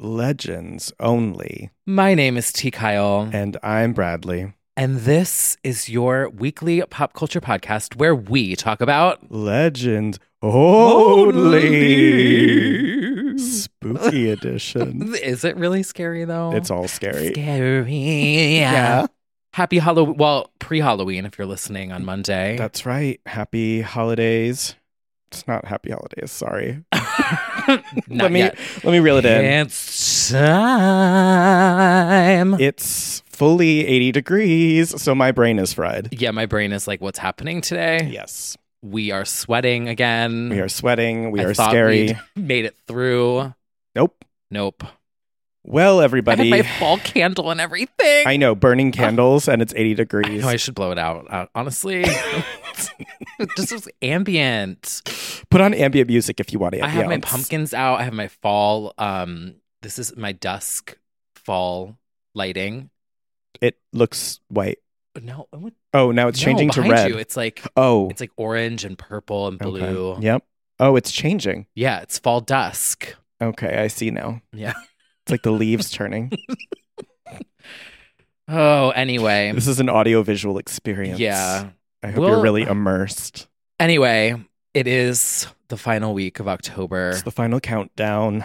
Legends only. My name is T. Kyle, And I'm Bradley. and this is your weekly pop culture podcast where we talk about. Legend only. Spooky edition. Is it really scary though? It's all scary. Scary. Yeah. Happy Halloween. Well, pre Halloween if you're listening on Monday. That's right. Happy holidays. It's not happy holidays. Sorry. Not let me yet. let me reel it in. It's time. It's fully 80 degrees, so my brain is fried. yeah, my brain is like, what's happening today? Yes. We are sweating again. We are sweating. We Mm. I are thought scary. we'd Made it through. Nope. Nope. Well, I everybody. had my fall candle and everything. I know, burning candles and it's 80 I degrees. know I should blow it out. Uh, honestly, It just was ambient. Put on ambient music if you want to. I have my pumpkins out. I have my fall. Um, this is my dusk fall lighting. It looks white. No, it would- Oh, now it's no, changing to behind red. You, it's like oh, it's like orange and purple and okay. blue. Yep. Oh, it's changing. Yeah, it's fall dusk. Okay, I see now. Yeah. It's like the leaves turning. Oh, anyway. this is an audiovisual experience. Yeah. I hope Well- you're really immersed. Anyway, it is the final week of October It's the final countdown.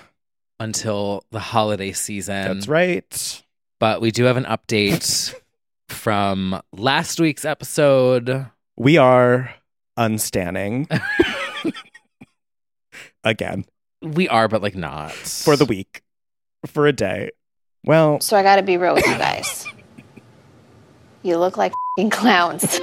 until the holiday season. That's right. But we do have an update from last week's episode. We are unstanning again We are, but like not. for the week, for a day. Well, So I gotta be real with you guys. You look like fing clowns.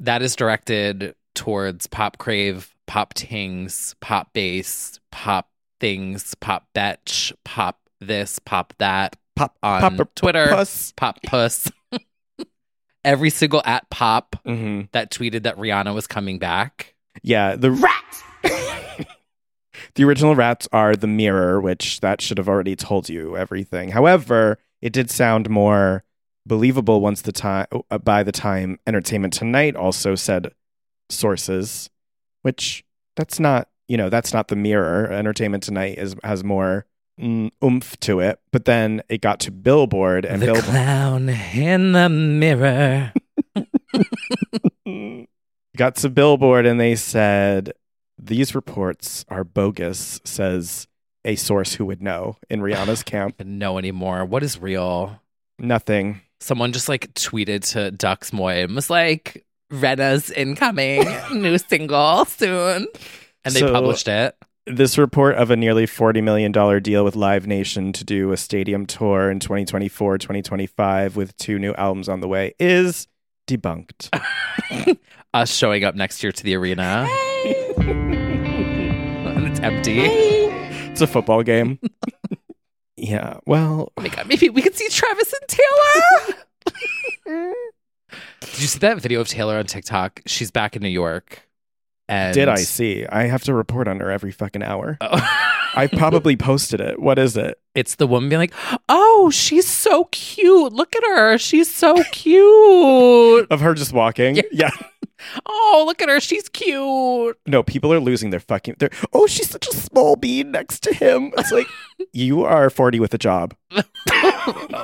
That is directed towards Pop Crave, Pop Tings, Pop Bass, Pop Things, Pop Betch, Pop This, Pop That, pop on popper Twitter. puss. Pop Puss. Every single at Pop Mhm. that tweeted that Rihanna was coming back. Yeah, the Rats! The original rats are the mirror, which that should have already told you everything. However, it did sound more believable once the time uh, by the time Entertainment Tonight also said sources, which that's not you know that's not the mirror. Entertainment Tonight is has more mm, oomph to it, but then it got to Billboard and the Billboard. clown in the mirror. got to Billboard and they said, These reports are bogus, says a source who would know in Rihanna's camp. But no anymore. What is real? Nothing. Someone just like tweeted to Dux Moy and was like, Rena's incoming, new single soon. And they So- published it. This report of a nearly $40 million deal with Live Nation to do a stadium tour in 2024, 2025, with two new albums on the way is debunked. Us showing up next year to the arena. and it's empty. it's a football game. yeah. Well, Oh my god, maybe we could see Travis and Taylor. Did you see that video of Taylor on TikTok? She's back in New York. And Did I see? I have to report on her every fucking hour. Oh. I probably posted it. What is it? it's the woman being like, "Oh, she's so cute. Look at her. She's so cute. Of her just walking? Yeah. yeah. Oh, look at her. She's cute." No, people are losing their fucking. Their, oh, she's such a small bean next to him. It's like you are forty with a job. Oh,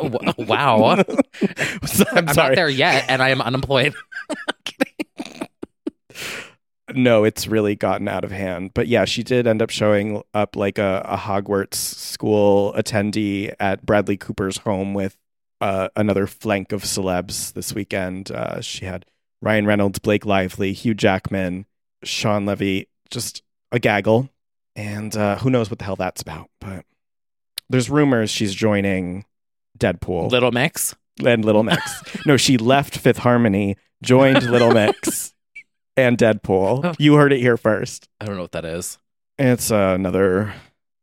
w- wow. So, I'm, I'm sorry. not there yet, and I am unemployed. No, it's really gotten out of hand. But yeah, she did end up showing up like a, a Hogwarts school attendee at Bradley Cooper's home with uh, another flank of celebs this weekend. Uh, she had Ryan Reynolds, Blake Lively, Hugh Jackman, Sean Levy, just a gaggle. And uh, who knows what the hell that's about. But there's rumors she's joining Deadpool Little Mix. and Little Mix. no, she left Fifth Harmony, joined Little Mix and Deadpool. You heard it here first. I don't know what that is. It's uh, another.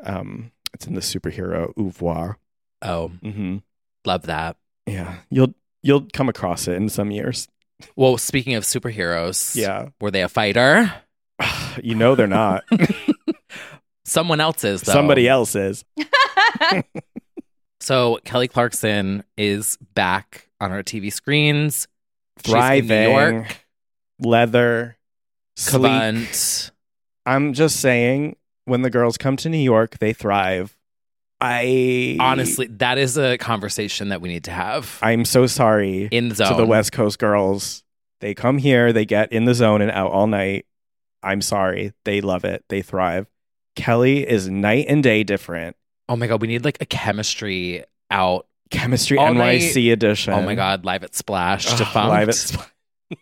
Um, it's in the superhero oeuvre. Oh, Mm-hmm. love that. Yeah, you'll you'll come across it in some years. Well, speaking of superheroes, Yeah, were they a fighter? you know they're not. Someone else is though. Somebody else is. So Kelly Clarkson is back on our TV screens. She's in New Thriving, York. leather, sleek. Cavant. I'm just saying, when the girls come to New York, they thrive. I Honestly, that is a conversation that we need to have I'm so sorry. in the zone. to the West Coast girls. They come here, they get in the zone and out all night. I'm sorry. They love it. They thrive. Kelly is night and day different. Oh my god, we need like a chemistry out. Chemistry All NYC edition. Oh my god, live at Splash. Ugh, defunct. live at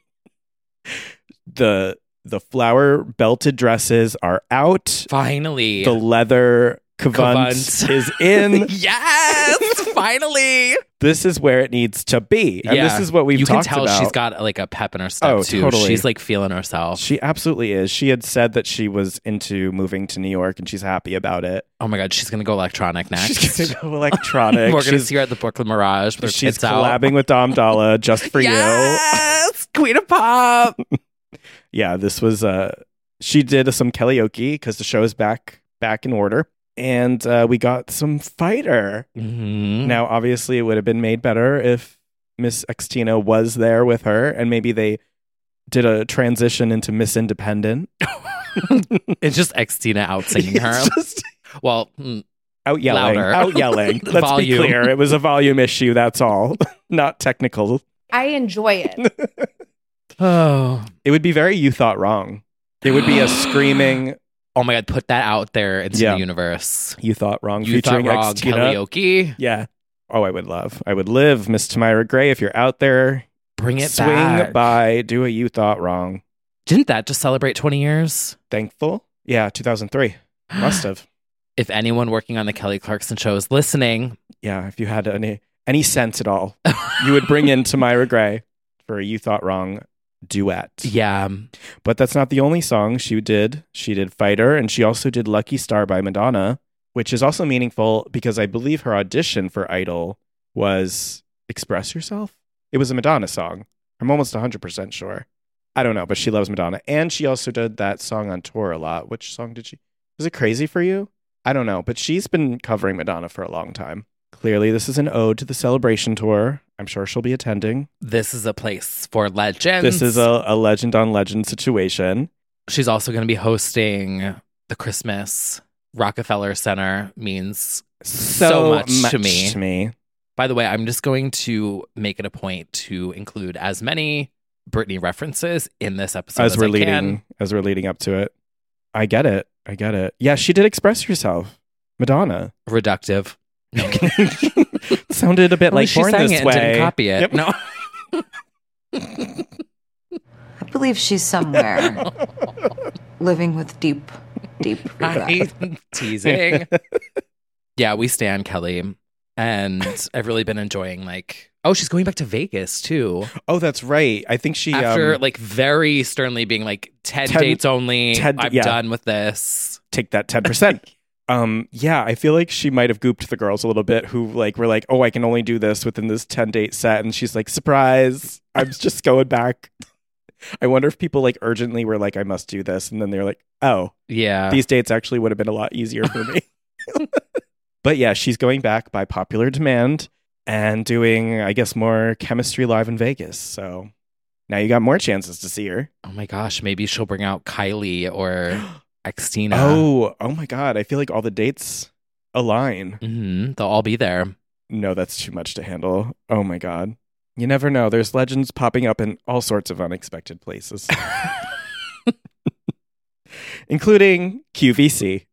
The the flower belted dresses are out. Finally. The leather cavant Cavant. is in. yes, finally. this is where it needs to be. And this Yeah. is what we've you can talked tell about. she's got like a pep in her step Oh, too. totally. She's like feeling herself. she absolutely is. She had said that she was into moving to New York and she's happy about it. oh my god, she's gonna go electronic next. She's gonna go electronic. We're gonna she's see her at the Brooklyn Mirage with her she's tits out. collabing with Dom Dalla just for Yes, Queen of Pop. you. Yeah, this was uh she did some karaoke because the show is back back in order. And uh, we got some fighter. Mhm. Now obviously it would have been made better if Miss Extina was there with her and maybe they did a transition into Miss Independent. It's just Xtina out singing her. Just well, mm, out yelling. Louder. Out yelling. Let's Volume. be clear. It was a volume issue, that's all. Not technical. I enjoy it. oh. It would be very you thought wrong. It would be a screaming oh my god, put that out there into Yeah. the universe. You Thought Wrong You featuring thought wrong, X Tina. karaoke. Yeah. Oh, I would love. I would live, Miss Tamira Gray, if you're out there. Bring it swing back. by, do a You Thought Wrong. Didn't that just celebrate 20 years? Thankful? Yeah, 2003. Must have. If anyone working on the Kelly Clarkson show is listening, Yeah, if you had any any sense at all, you would bring in Tamira Gray for a You Thought Wrong duet. yeah, But that's not the only song she did. She did Fighter and she also did Lucky Star by Madonna, which is also meaningful because I believe her audition for Idol was Express Yourself. It was a Madonna song. I'm almost 100% sure. I don't know, but she loves Madonna. And she also did that song on tour a lot. Which song did she? Was it Crazy for You? I don't know, but she's been covering Madonna for a long time. Clearly, this is an ode to the celebration tour. I'm sure she'll be attending. this is a place for legends. This is a, a legend on legend situation. She's also going to be hosting the Christmas Rockefeller Center means. so, much, to me. By the way, I'm just going to make it a point to include as many Britney references in this episode as, as we're I leading can. as we're leading up to it. I get it. I get it. Yeah, she did express herself. Madonna Reductive. No, I'm kidding. sounded a bit At like least she born sang this it and way. didn't copy it. Yep. No. I believe she's somewhere living with deep, deep regret. I'm teasing. yeah, we stand Kelly, and I've really been enjoying like. Oh, she's going back to Vegas too. Oh, that's right. I think she After um, like very sternly being like ten, Ten- dates only. ten- I'm yeah. done with this. take that ten percent. um, yeah, I feel like she might have gooped the girls a little bit who like were like, "Oh, I can only do this within this 10 date set." And she's like, "Surprise. I'm just going back." I wonder if people like urgently were like, "I must do this." And then they're like, "Oh, Yeah. these dates actually would have been a lot easier for me. but yeah, she's going back by popular demand and doing, I guess, more chemistry live in Vegas. So now you got more chances to see her. oh my gosh, maybe she'll bring out Kylie or Extina. Oh, oh my God. I feel like all the dates align. hmm They'll all be there. No, that's too much to handle. Oh my God. You never know. There's legends popping up in all sorts of unexpected places, including QVC.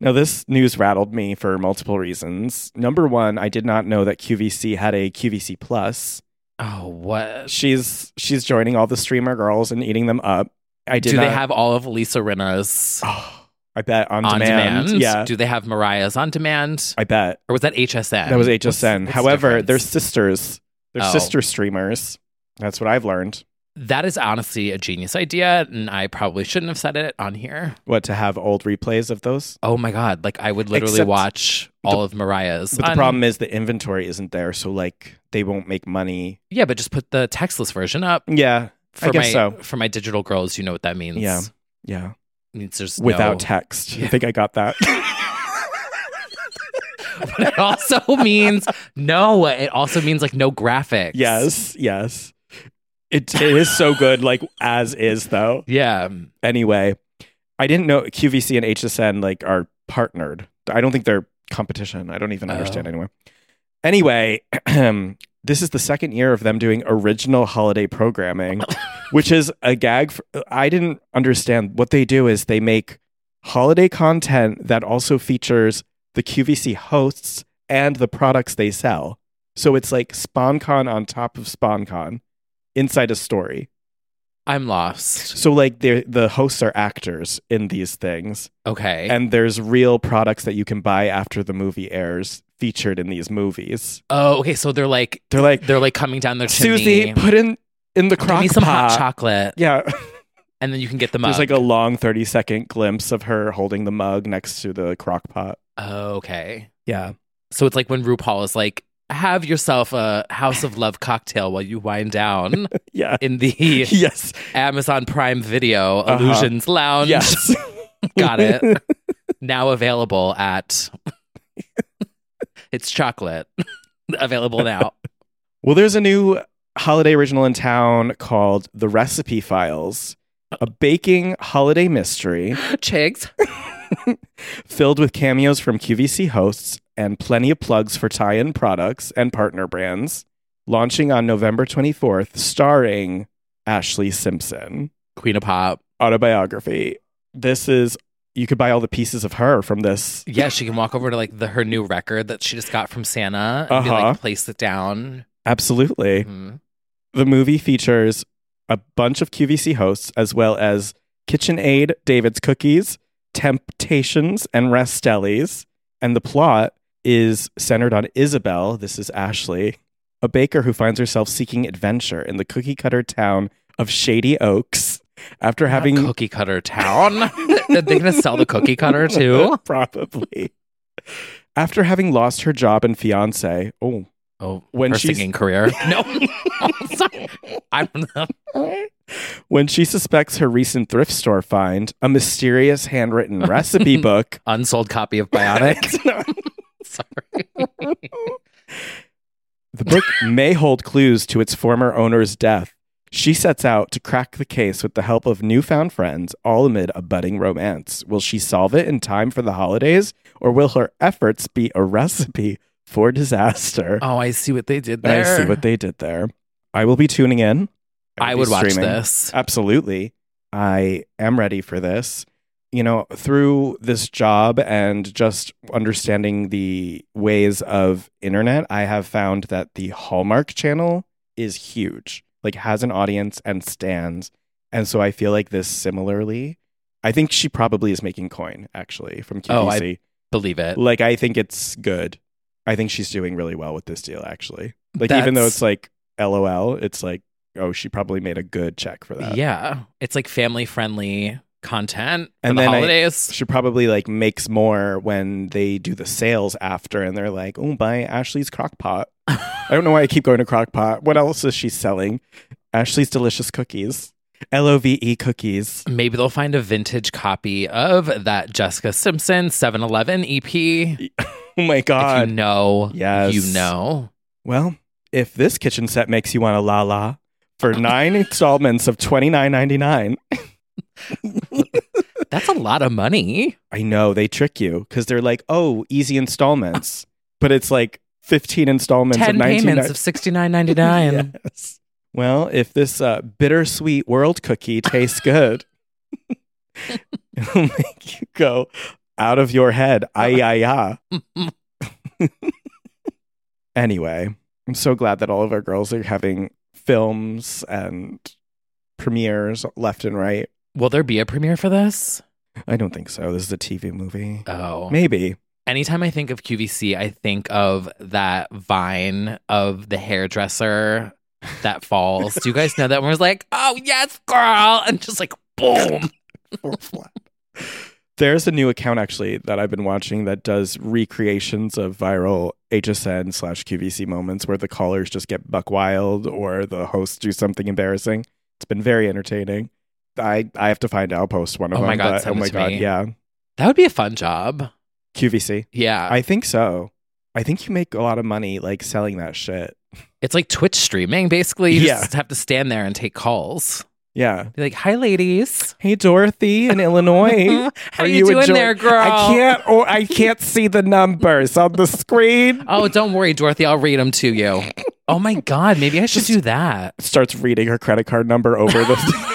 now, this news rattled me for multiple reasons. Number one, I did not know that QVC had a QVC Plus. Oh, what? She's she's joining all the streamer girls and eating them up. I did Do not, they have all of Lisa Rinna's Oh, I bet on, on demand? Yeah, Do they have Mariah's on demand? I bet. Or was that HSN? That was HSN. What's- what's the However, they're difference? sisters. They're Oh. sister streamers. That's what I've learned. That is honestly a genius idea, and I probably shouldn't have said it on here. What to have old replays of those? Oh my god! Like I would literally Except- watch all of Mariah's. Um, But the on- problem is the inventory isn't there, so like they won't make money. yeah, but just put the textless version up Yeah, for I guess my so. for my digital girls. You know what that means? Yeah, yeah. means there's Without no- text, I think I got that. but it also means no. It also means like no graphics. yes, yes. It, it is so good, like as is though. Yeah. um, Anyway, I didn't know QVC and HSN like are partnered. I don't think they're competition. I don't even Oh. understand anyway. Anyway, this is the second year of them doing original holiday programming, which is a gag. For, I didn't understand what they do is they make holiday content that also features the QVC hosts and the products they sell. So it's like SpawnCon on top of SpawnCon inside a story. I'm lost. So like the the hosts are actors in these things, Okay. and there's real products that you can buy after the movie airs featured in these movies. oh, okay. So they're like They're like, they're like coming down their Susie, chimney. put in in the Give crock me some hot pot." chocolate, Yeah, and then you can get the mug. there's like a long thirty second glimpse of her holding the mug next to the crock pot. oh, okay. Yeah, So it's like when RuPaul is like, "Have yourself a House of Love cocktail while you wind down yeah, in the yes, Amazon Prime Video Uh-huh. Illusions Lounge." yes. Got it. now available at. it's chocolate. available now. Well, there's a new holiday original in town called The Recipe Files, a baking holiday mystery. Chigs. filled with cameos from QVC hosts and plenty of plugs for tie in products and partner brands, launching on November 24th, starring Ashley Simpson. Queen of Pop. Autobiography. This is, you could buy all the pieces of her from this. Yeah, she can walk over to like the her new record that she just got from Santa and be Uh-huh. like, place it down. Absolutely. Mhm. The movie features a bunch of QVC hosts as well as KitchenAid, David's Cookies, Temptations, and Restelli's. And the plot is centered on Isabel, this is Ashley, a baker who finds herself seeking adventure in the cookie cutter town of Shady Oaks after having Not cookie cutter town. Are they gonna sell the cookie cutter too? Probably. After having lost her job and fiance, oh, Oh, When her she's- singing career. No, Sorry. I'm when she suspects her recent thrift store find, a mysterious handwritten recipe book, unsold copy of Bionic. It's not- Sorry. the book may hold clues to its former owner's death. She sets out to crack the case with the help of newfound friends, all amid a budding romance. Will she solve it in time for the holidays, or will her efforts be a recipe for disaster? Oh, I see what they did I there. see what they did there. I will be tuning in. will I be would watch streaming. this. Absolutely. I am ready for this. You know, through this job and just understanding the ways of internet, I have found that the Hallmark channel is huge. Like has an audience and stands. And so I feel like this similarly. I think she probably is making coin actually from QVC. Oh, I- Believe it. Like I think it's good. I think she's doing really well with this deal actually. Like even though That's- it's like LOL, it's like oh she probably made a good check for that. Yeah, it's like family friendly content for and the then I- holidays. she probably like makes more when they do the sales after and they're like oh buy ashley's crock pot i don't know why i keep going to crock pot what else is she selling ashley's delicious cookies love E cookies Maybe they'll find a vintage copy of that Jessica Simpson E 7-Eleven EP. oh my If god you know, Yes. you know. well if this kitchen set makes you want a la la for nine installments of twenty nine ninety nine That's a lot of money. I know they trick you because they're like, oh, easy installments, but it's like fifteen installments of Ten nineteen. payments of sixty nine ninety nine. Yes. Well, if this uh, bittersweet world cookie tastes good, it'll make you go out of your head. Ay, ay, ah. anyway, I'm so glad that all of our girls are having films and premieres left and right. Will there be a premiere for this? I don't think so. This is a TV movie. Oh. Maybe. Anytime I think of QVC, I think of that vine of the hairdresser that falls. Do you guys know that one was like, oh, yes, girl? And just like, boom. There's a new account actually that I've been watching that does recreations of viral HSN slash QVC moments where the callers just get buck wild or the hosts do something embarrassing. It's been very entertaining. I, I have to find out. I'll post one of Oh them. my God, but, oh send it my to god, me. yeah, That would be a fun job. QVC. Yeah. I think so. I think you make a lot of money like selling that shit. it's like Twitch streaming, basically. You Yeah. just have to stand there and take calls. Yeah. Be like, hi, ladies. Hey Dorothy in Illinois. How are you, doing enjoy- there, girl? I can't. Oh, I can't see the numbers on the screen. Oh, don't worry, Dorothy. I'll read them to you. Oh my God. Maybe I should do that. starts reading her credit card number over the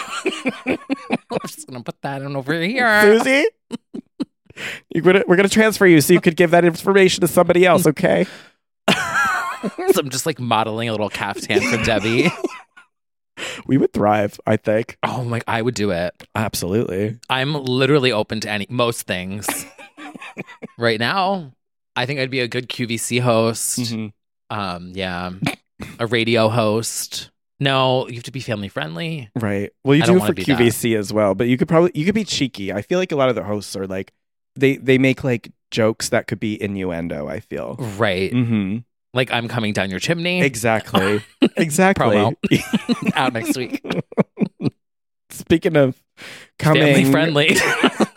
I'm just going to put that in over here. Susie. You're gonna, we're gonna transfer you so you could give that information to somebody else, okay? so I'm just like modeling a little caftan for Debbie. We would thrive, I think. Oh my, I would do it. Absolutely. I'm literally open to any most things. right now, I think I'd be a good QVC host. Mm-hmm. Um, yeah, a radio host. No, you have to be family friendly. Right. Well, you I don't do wanna for be that. QVC as well, but you could probably you could be cheeky. I feel like a lot of the hosts are like they they make like jokes that could be innuendo. I feel. Right. Mm-hmm. Like I'm coming down your chimney. Exactly. exactly. Out next week. Speaking of coming Family friendly.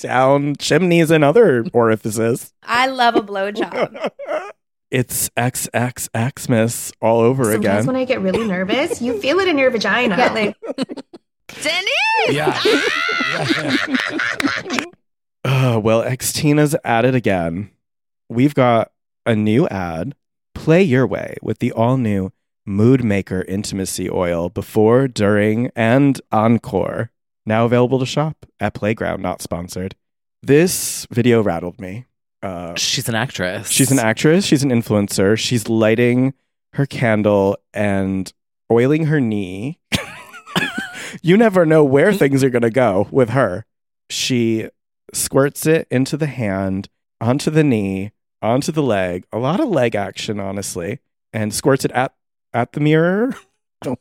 down chimneys and other orifices. I love a blowjob. it's XXXmas all over Sometimes again. when I get really nervous, you feel it in your vagina. Yeah, like- Denny! yeah. Ugh, Uh, well, Xtina's at it again. We've got a new ad, Play Your Way, with the all new Mood Maker Intimacy Oil before, during, and encore. Now available to shop at Playground, not sponsored. This video rattled me. Uh, She's an actress. She's an actress. She's an influencer. She's lighting her candle and oiling her knee. you never know where Mm-hmm. things are going to go with her. She squirts it into the hand, onto the knee, onto the leg. A lot of leg action, honestly, and squirts it at at the mirror. Don't-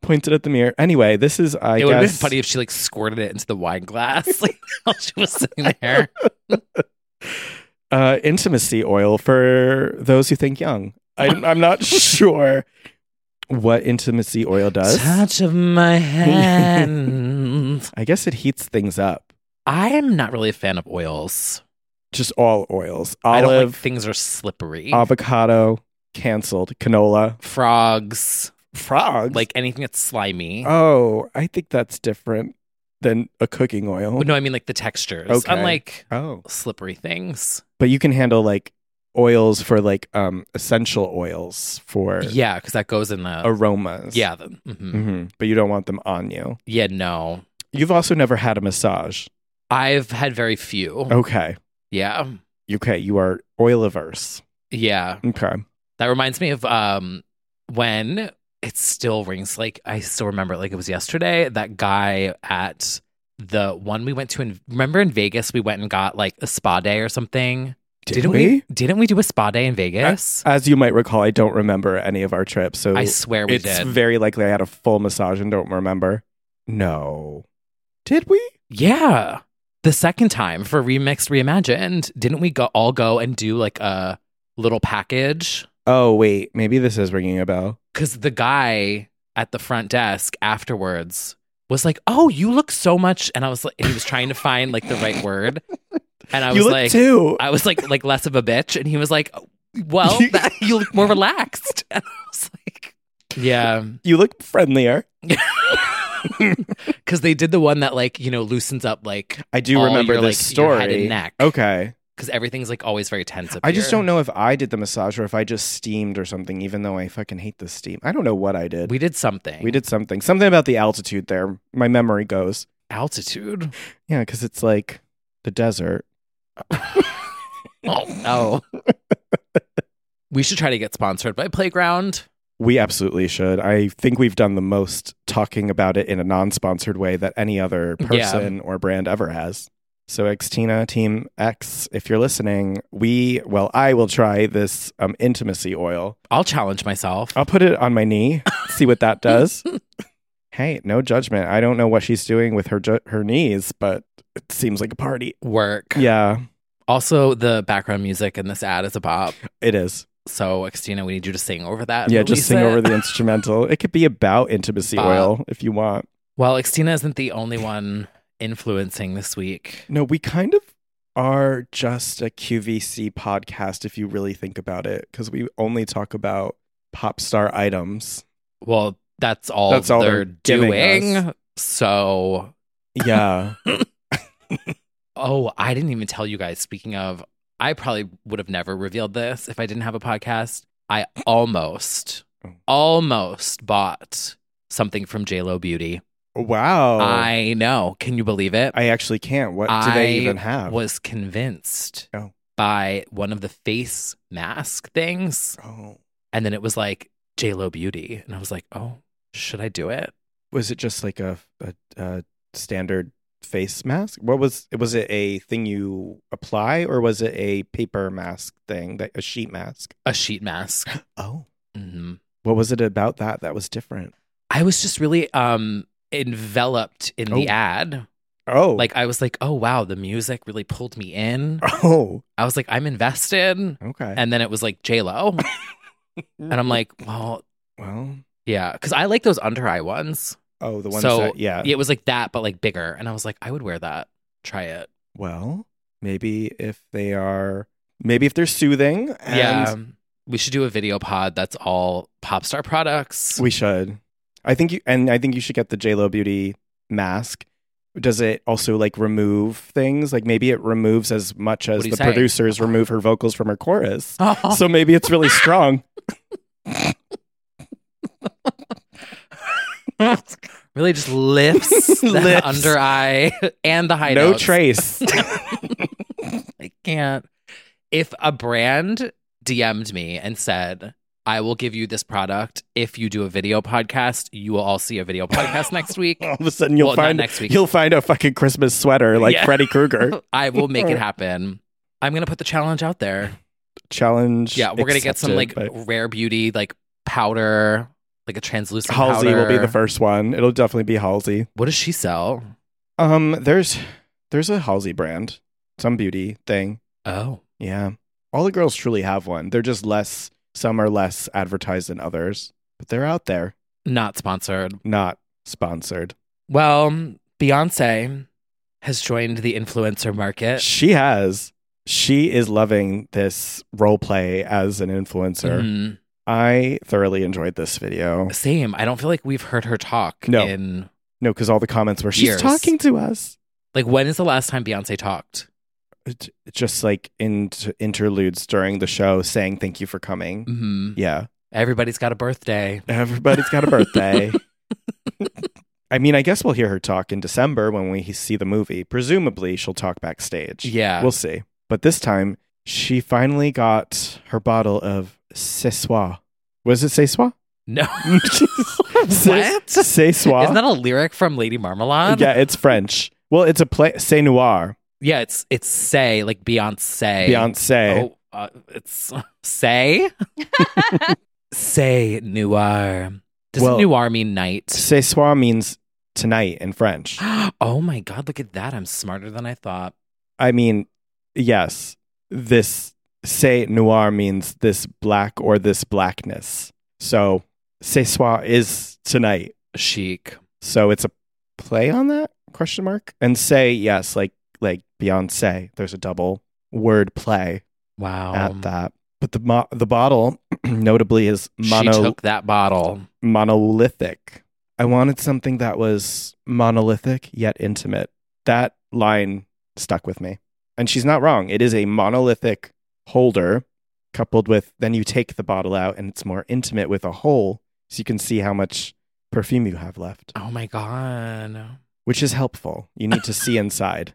Points it at the mirror. Anyway, this is I it would guess have been funny if she like squirted it into the wine glass like, while she was sitting there. uh, intimacy oil for those who think young. I'm, I'm not sure what intimacy oil does. Touch of my hand. I guess it heats things up. I am not really a fan of oils. Just all oils I don't like olive, Uh, things are slippery. avocado, canceled, canola, Frogs, frogs. like anything that's slimy. oh, I think that's different than a cooking oil. Oh, no, I mean like the textures. Okay. Unlike Oh, slippery things. but you can handle like oils for like um essential oils for Yeah, because that goes in the. aromas. yeah. The, mhm. Mhm. But you don't want them on you. Yeah, no. You've also never had a massage. I've had very few. Okay. Yeah. Okay, you are oil averse. Yeah. Okay. That reminds me of um when it still rings like I still remember it like it was yesterday. That guy at the one we went to in remember in Vegas we went and got like a spa day or something. Didn't Didn't we do a spa day in Vegas? As you might recall, I don't remember any of our trips, so I swear we it's did. very likely I had a full massage and don't remember. No. Did we? Yeah. The second time for Remixed Reimagined, didn't we go all go and do like a little package? Oh, wait. Maybe this is ringing a bell. Because the guy at the front desk afterwards was like, "Oh, you look so much," and I was like, and he was trying to find like the right word, and I you was look like, too. I was like, like less of a bitch, and he was like, "Well, that, you look more relaxed," and I was like, "Yeah." you look friendlier. Because they did the one that like you know loosens up like I do all remember your, this like, your story. head and neck. Okay. because everything's like always very tense. Up I just here. don't know if I did the massage or if I just steamed or something, even though I fucking hate the steam. I don't know what I did. We did something. We did something. Something about the altitude there. My memory goes. altitude. Yeah, because it's like the desert. Oh, oh. we should try to get sponsored by Playground. We absolutely should. I think we've done the most talking about it in a non sponsored way that any other Yeah. person or brand ever has. So, Xtina, Team X, if you're listening, we, well, I will try this um, intimacy oil. I'll challenge myself. I'll put it on my knee, see what that does. hey, no judgment. I don't know what she's doing with her, ju- her knees, but it seems like a party. Work. Yeah, Also, the background music in this ad is a bop. it is. So, Xtina, we need you to sing over that. and yeah, just release sing it. over the instrumental. It could be about intimacy Bop. oil if you want. Well, Xtina isn't the only one influencing this week. No, we kind of are just a QVC podcast if you really think about it, because we only talk about pop star items. Well, that's all That's all they're, they're doing. giving So, Yeah. oh, I didn't even tell you guys. Speaking of, I probably would have never revealed this if I didn't have a podcast. I almost, Oh. almost bought something from JLo Beauty. wow. I know. Can you believe it? Oh. I actually can't. What do they I even have? was convinced Oh. by one of the face mask things. oh. And then it was like JLo Beauty. And I was like, oh, should I do it? Was it just like a, a, a standard face mask? What was was it a thing you apply or was it a paper mask thing, that a sheet mask? A sheet mask. Oh. hmm What was it about that that was different? I was just really um enveloped in the Oh. ad. Oh. Like I was like, oh wow, the music really pulled me in. Oh. I was like, I'm invested. Okay. And then it was like JLo. and I'm like, well, well, yeah. Cause I like those under eye ones. oh, the ones So, that yeah. It was like that, but like bigger. And I was like, I would wear that. Try it. Well, maybe if they are, maybe if they're soothing. And yeah. We should do a video pod that's all pop star products. we should. I think you, and I think you should get the J Lo Beauty mask. Does it also like remove things? Like maybe it removes as much as do you the say? producers remove her vocals from her chorus. Oh. So maybe it's really strong. really just lifts the Lifts. under eye and the high no notes. trace. I can't. If a brand DM'd me and said, I will give you this product if you do a video podcast, you will all see a video podcast next week. All of a sudden, you'll Well, not find next week. you'll find a fucking Christmas sweater like Yeah. Freddy Krueger I will make it happen. I'm going to put the challenge out there. challenge. Yeah, we're gonna get some like accepted, but- rare beauty like powder, like a translucent Halsey will be powder. the first one. It'll definitely be Halsey. What does she sell? Um, there's there's a Halsey brand, some beauty thing. Oh, Yeah, all the girls truly have one. They're just less. Some are less advertised than others, but they're out there. not sponsored. Not sponsored. Well, Beyonce has joined the influencer market. She has. She is loving this role play as an influencer. Mhm. I thoroughly enjoyed this video. Same. I don't feel like we've heard her talk. No. In No, because all the comments were she's Years. talking to us. like, when is the last time Beyonce talked? It- Just like in interludes during the show, saying thank you for coming. hmm Yeah. Everybody's got a birthday. Everybody's got a birthday. I mean, I guess we'll hear her talk in December when we see the movie. Presumably, she'll talk backstage. Yeah. We'll see. But this time, she finally got her bottle of Cessois. Was it Cessois? No, Ces- Cessois. Isn't that a lyric from Lady Marmalade? yeah, it's French. Well, it's a play, C'est Noir, Yeah, it's it's say like Beyonce. Beyonce. Oh, uh, it's say say noir. Does Well- noir mean night? Cessois means tonight in French. oh my God, look at that. I'm smarter than I thought. I mean, yes, this say noir means this black or this blackness. So ce soir is tonight. Chic. So it's a play on that question mark and say yes, like like Beyonce. There's a double word play Wow. at that. But the mo- the bottle notably is mono She took that bottle. monolithic. I wanted something that was monolithic yet intimate. That line stuck with me. And she's not wrong. It is a monolithic holder coupled with then you take the bottle out and it's more intimate with a hole so you can see how much perfume you have left, Oh my God. which is helpful. You need to see inside.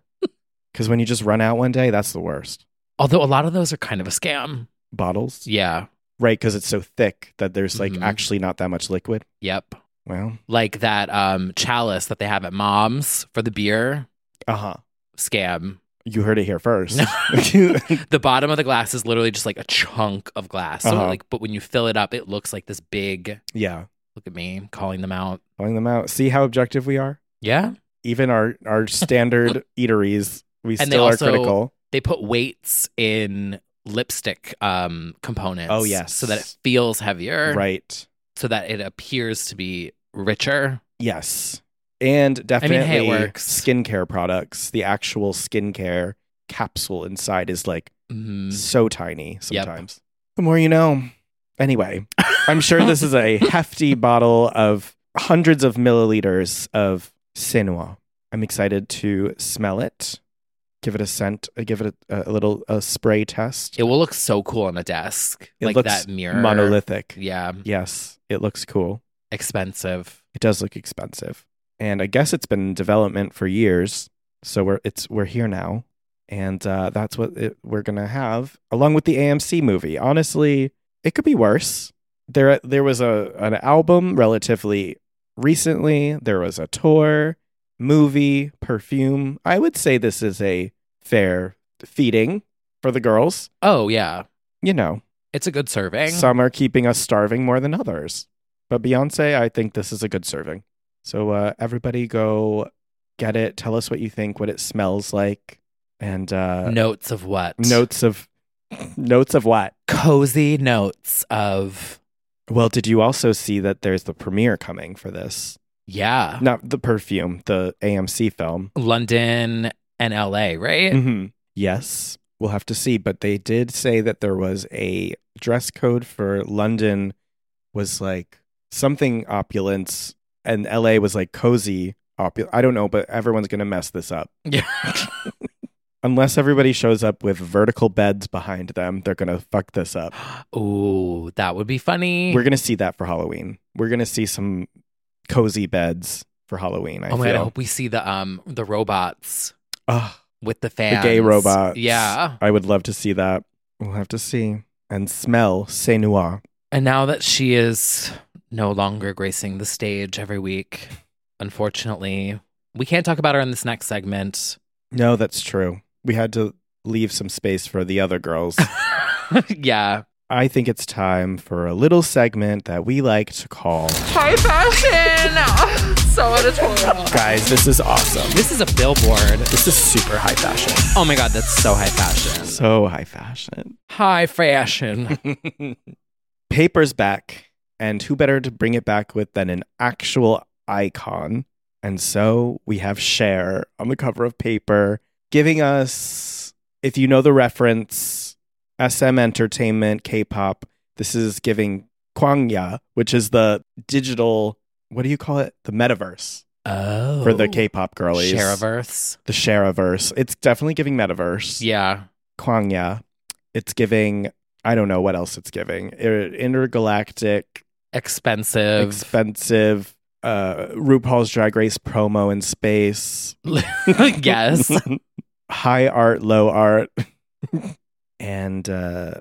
Cuz when you just run out one day, that's the worst. Although a lot of those are kind of a scam. Bottles, Yeah. right cuz it's so thick that there's like Mhm. actually not that much liquid. Yep. Well, Like that um chalice that they have at mom's for the beer. uh-huh. Scam. You heard it here first. The bottom of the glass is literally just like a chunk of glass. So Uh-huh. like but when you fill it up, it looks like this big yeah. look at me calling them out. Calling them out. See how objective we are? Yeah. Even our, our standard eateries, we And they still are also- critical. They put weights in lipstick um components. Oh, yes. So that it feels heavier. Right. So that it appears to be richer. Yes. And definitely hey, it works. skincare products. The actual skincare capsule inside is like Mhm. so tiny sometimes. The more you know. Anyway, I'm sure this is a hefty bottle of hundreds of milliliters of Sinua. I'm excited to smell it. Give it a scent. uh, Give it a, a little a spray test. It will look so cool on a desk. It like looks that mirror. monolithic. Yeah. Yes, it looks cool. Expensive. It does look expensive, and I guess it's been in development for years. So we're it's we're here now, and uh, that's what it, we're gonna have along with the AMC movie. Honestly, it could be worse. There there was a an album relatively recently. There was a tour, movie, perfume. I would say this is a fair feeding for the girls. Oh yeah. You know, It's a good serving. Some are keeping us starving more than others. But Beyonce, I think this is a good serving. So uh, everybody go get it. Tell us what you think, what it smells like, and uh, notes of what? notes of notes of what. Cozy notes of Well, did you also see that there's the premiere coming for this? yeah. Not the perfume, the AMC film. London and LA, right? Mm-hmm. Yes, we'll have to see. But they did say that there was a dress code for London was like something opulence, and LA was like cozy opul. I don't know, but everyone's gonna mess this up Yeah. unless everybody shows up with vertical beds behind them. They're gonna fuck this up. Ooh, that would be funny. We're gonna see that for Halloween. We're gonna see some cozy beds for Halloween. I oh my god, I feel. hope we see the um the robots Ugh. with the the fans. gay robots. Yeah. I would love to see that. We'll have to see and smell C'est Noir. And now that she is no longer gracing the stage every week, unfortunately, we can't talk about her in this next segment. No, that's true. We had to leave some space for the other girls. yeah. I think it's time for a little segment that we like to call High fashion. so editorial. Guys, this is awesome. This is a billboard. This is super high fashion. Oh my god, that's so high fashion. So high fashion. High fashion. Paper's back, and who better to bring it back with than an actual icon? And so we have Cher on the cover of Paper, giving us, if you know the reference, SM Entertainment, K pop. This is giving Kwangya, which is the digital, what do you call it? The metaverse Oh. for the K pop girlies. Shareverse. The Sheraverse. It's definitely giving metaverse. Yeah. Kwangya. It's giving, I don't know what else it's giving. I- Intergalactic, Expensive. expensive, uh, RuPaul's Drag Race promo in space. yes. High art, low art. and uh,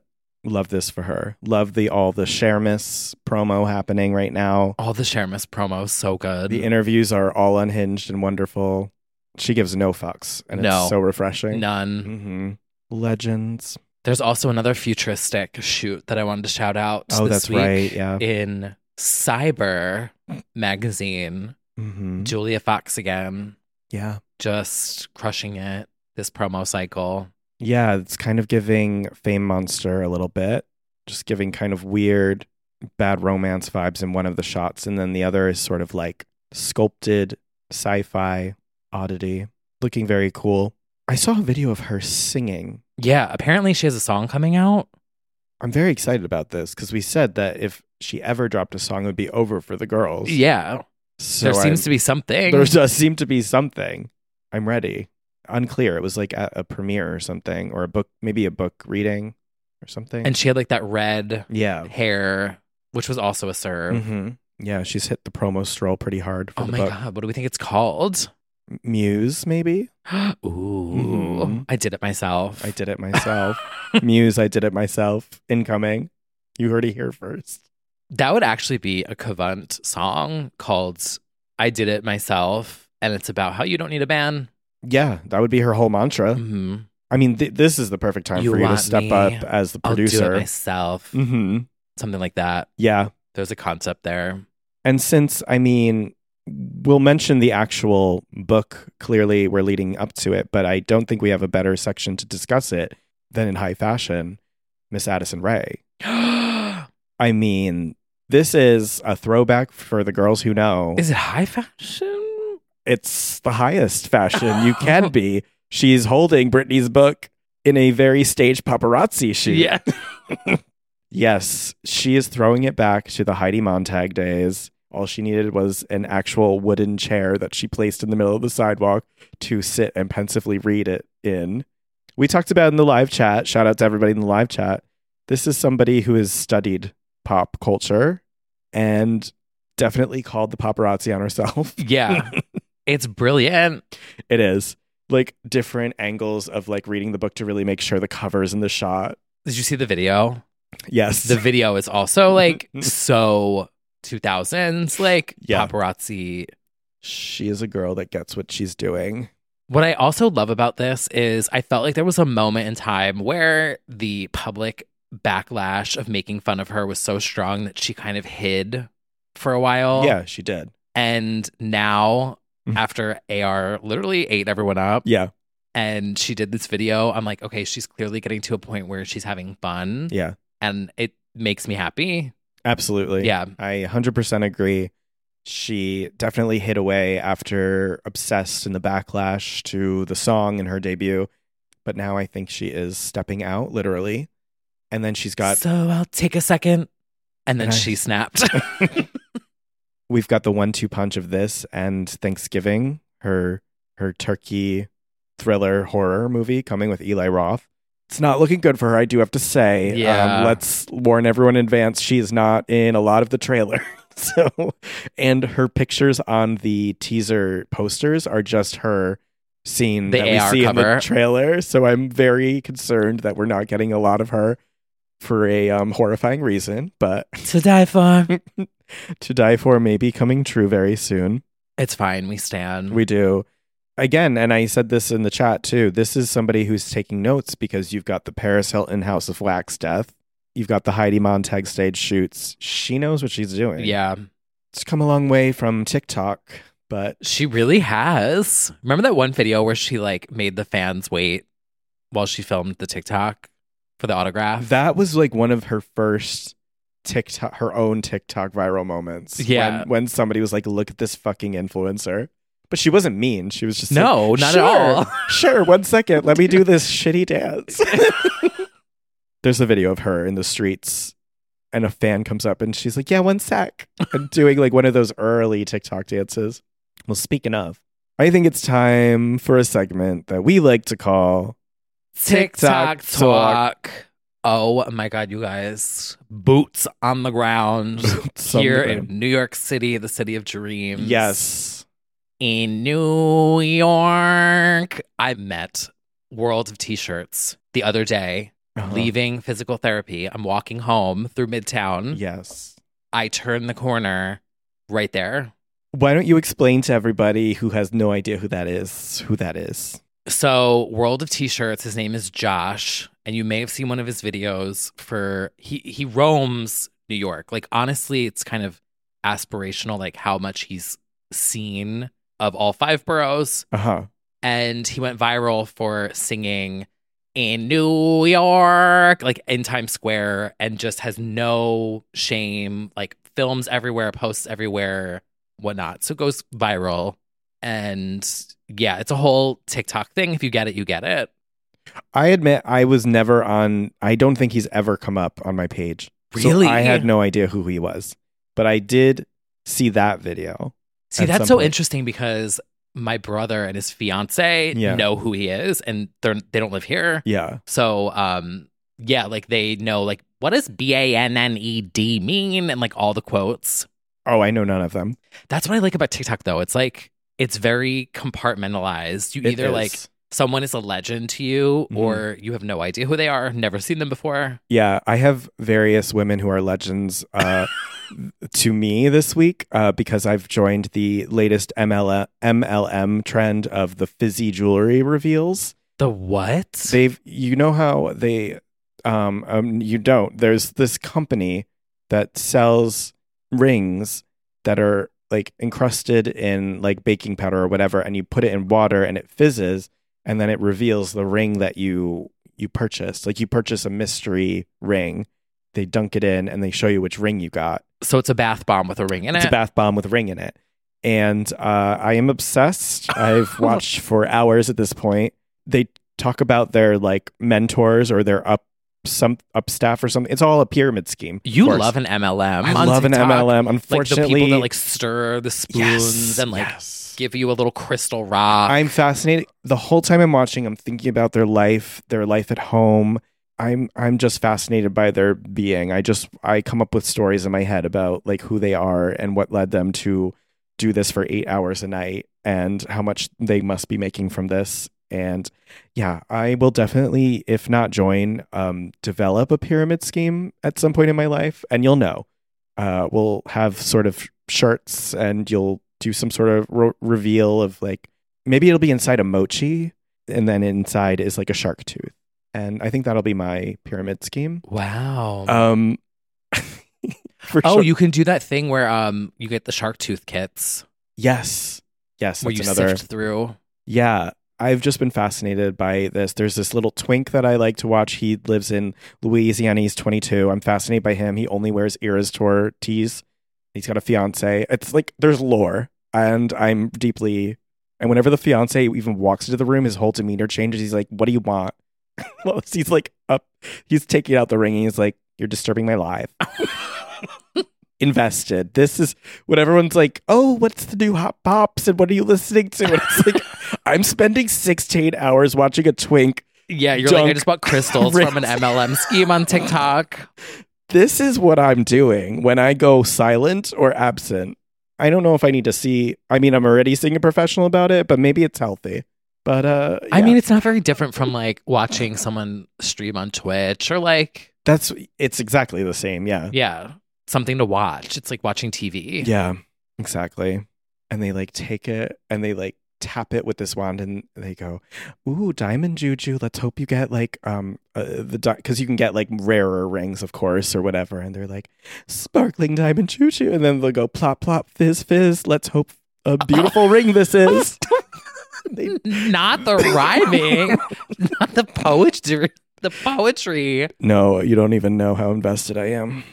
love this for her. Love the all the Shermis promo happening right now. All the Sharemus promos so good. The interviews are all unhinged and wonderful. She gives no fucks, and No. it's so refreshing. None. hmm Legends. There's also another futuristic shoot that I wanted to shout out. oh, this that's week right. Yeah. In Cyber magazine, Mm-hmm. Julia Fox again, Yeah. just crushing it this promo cycle. Yeah, it's kind of giving Fame Monster a little bit, just giving kind of weird, bad romance vibes in one of the shots. And then the other is sort of like sculpted sci fi oddity, looking very cool. I saw a video of her singing. Yeah, apparently she has a song coming out. I'm very excited about this because we said that if she ever dropped a song, it would be over for the girls. Yeah, So there seems I'm- to be something. There does seem to be something. I'm ready. Unclear. It was like at a premiere or something, or a book, maybe a book reading or something. and she had like that red yeah, hair, which was also a serve. hmm yeah, she's hit the promo stroll pretty hard for Oh the my book. god, what do we think it's called? Muse, maybe. Ooh, Mhm. I did it myself. I did it myself. Muse, I did it myself. Incoming. You heard it here first. That would actually be a Cavant song called I Did It Myself. And it's about how you don't need a man. Yeah, that would be her whole mantra. hmm I mean, th- this is the perfect time You for you to want step me? up as the I'll do it producer. myself. hmm Something like that. Yeah, There's a concept there. And since, I mean, we'll mention the actual book, clearly we're leading up to it, but I don't think we have a better section to discuss it than in high fashion, Miss Addison Ray. Oh. I mean, this is a throwback for the girls who know. Is it high fashion? It's the highest fashion you can be. She's holding Britney's book in a very staged paparazzi shoot. Yeah. Yes, she is throwing it back to the Heidi Montag days. All she needed was an actual wooden chair that she placed in the middle of the sidewalk to sit and pensively read it in. We talked about in the live chat. Shout out to everybody in the live chat. This is somebody who has studied pop culture and definitely called the paparazzi on herself. Yeah. it's brilliant. it is like different angles of like reading the book to really make sure the covers in the shot. Did you see the video? Yes. The video is also like so 2000s, like Yeah. paparazzi she is a girl that gets what she's doing. What I also love about this is I felt like there was a moment in time where the public backlash of making fun of her was so strong that she kind of hid for a while. Yeah, she did. And now, Mhm. after AR literally ate everyone up Yeah, and she did this video, I'm like, okay, she's clearly getting to a point where she's having fun. yeah, And it makes me happy. absolutely. Yeah. I 100% agree. She definitely hid away after Obsessed and the backlash to the song in her debut. But now I think she is stepping out, literally. And then she's got, So I'll take a second. And then And I- she snapped. we've got the one two punch of this and Thanksgiving, her, her turkey thriller horror movie coming with Eli Roth. It's not looking good for her, I do have to say. Um, Yeah. let's warn everyone in advance. She is not in a lot of the trailer. So, and her pictures on the teaser posters are just her scene The that we AR see in cover. the trailer. So I'm very concerned that we're not getting a lot of her for a um, horrifying reason, but to die for. to die for may be coming true very soon. It's fine. We stand. We do. Again, and I said this in the chat too. This is somebody who's taking notes because you've got the Paris Hilton House of Wax death. You've got the Heidi Montag stage shoots. She knows what she's doing. yeah. It's come a long way from TikTok, but She really has. Remember that one video where she like made the fans wait while she filmed the TikTok for the autograph? that was like one of her first TikTok, her own TikTok viral moments. Yeah. When, when somebody was like, look at this fucking influencer. But she wasn't mean. She was just like, no, not "Sure, at all. sure, one second. Let me do this shitty dance. There's a video of her in the streets, and a fan comes up and she's like, Yeah, one sec. And doing like one of those early TikTok dances. Well, speaking of, I think it's time for a segment that we like to call TikTok TikTok talk. Oh my god, you guys. Boots on the ground Some here Room. in New York City, the city of dreams. Yes. In New York, I met World of T-shirts the other day, Uh-huh. leaving physical therapy. I'm walking home through Midtown. Yes. I turn the corner right there. Why don't you explain to everybody who has no idea who that is who that is? So, World of T-shirts, his name is Josh, and you may have seen one of his videos for he he roams New York. Like honestly, it's kind of aspirational like how much he's scene of all five boroughs, Uh huh. and he went viral for singing in New York, like in Times Square, and just has no shame, like films everywhere, posts everywhere, whatnot. So it goes viral. And yeah, it's a whole TikTok thing. If you get it, you get it. I admit I was never on. I don't think he's ever come up on my page. Really? So I had no idea who he was, but I did see that video. See, at that's some so point. interesting because my brother and his fiance Yeah. know who he is and they're they don't live here. Yeah. So um yeah, like they know like what does B A N N E D mean and like all the quotes. Oh, I know none of them. That's what I like about TikTok though. It's like it's very compartmentalized. You It either like is. Mm-hmm. someone is a legend to you or you have no idea who they are, never seen them before. Yeah, I have various women who are legends uh, to me this week uh, because I've joined the latest MLM, MLM trend of the fizzy jewelry reveals. The what? They've, you know how they, um, um, you don't. There's this company that sells rings that are like encrusted in like baking powder or whatever, and you put it in water and it fizzes, and then it reveals the ring that you you purchased. Like you purchase a mystery ring, they dunk it in, and they show you which ring you got. so it's a bath bomb with a ring in It's it. a bath bomb with a ring in it. And uh, I am obsessed. I've watched for hours at this point. They talk about their like mentors or their up some up staff or something. It's all a pyramid scheme. of you course. love an MLM. I on love an TikTok. MLM. like the Unfortunately, people that like stir the spoons Yes, and like yes. give you a little crystal rock. I'm fascinated. The whole time I'm watching, I'm thinking about their life, their life at home. I'm I'm just fascinated by their being. I just I come up with stories in my head about like who they are and what led them to do this for 8 hours a night and how much they must be making from this. And yeah, I will definitely if not join um develop a pyramid scheme at some point in my life and you'll know uh, will have sort of shirts and you'll do some sort of ro- reveal of like maybe it'll be inside a mochi and then inside is like a shark tooth and i think that'll be my pyramid scheme wow. um for oh, sure. you can do that thing where um you get the shark tooth kits yes yes where that's you another sift through. Yeah, I've just been fascinated by this. There's this little twink that I like to watch. He lives in Louisiana. He's 22. I'm fascinated by him. He only wears Eras Tour tees. He's got a fiance. It's like there's lore, and I'm deeply. And whenever the fiance even walks into the room, his whole demeanor changes. He's like, "What do you want?" Well, he's like up. He's taking out the ring. And he's like, "You're disturbing my life." invested. This is when everyone's like, "Oh, what's the new hot pops?" and "What are you listening to?" And it's like, I'm spending 16 hours watching a twink. Yeah, you're like I Dunk. just bought crystals from an Rings. MLM scheme on TikTok. This is what I'm doing when I go silent or absent. I don't know if I need to see. I mean, I'm already seeing a professional about it, but maybe it's healthy. But uh, I yeah. mean, it's not very different from like watching someone stream on Twitch or like that's it's exactly the same. Yeah, yeah something to watch. It's like watching TV. yeah, exactly. And they like take it and they like tap it with this wand and they go, "Ooh, diamond juju. Let's hope you get like um uh, the because you can get like rarer rings, of course, or whatever." And they're like, "Sparkling diamond juju," and then they'll go plop plop fizz fizz. Let's hope a beautiful ring this is. they, Not the rhyming, not the poetry, the poetry. no, you don't even know how invested I am.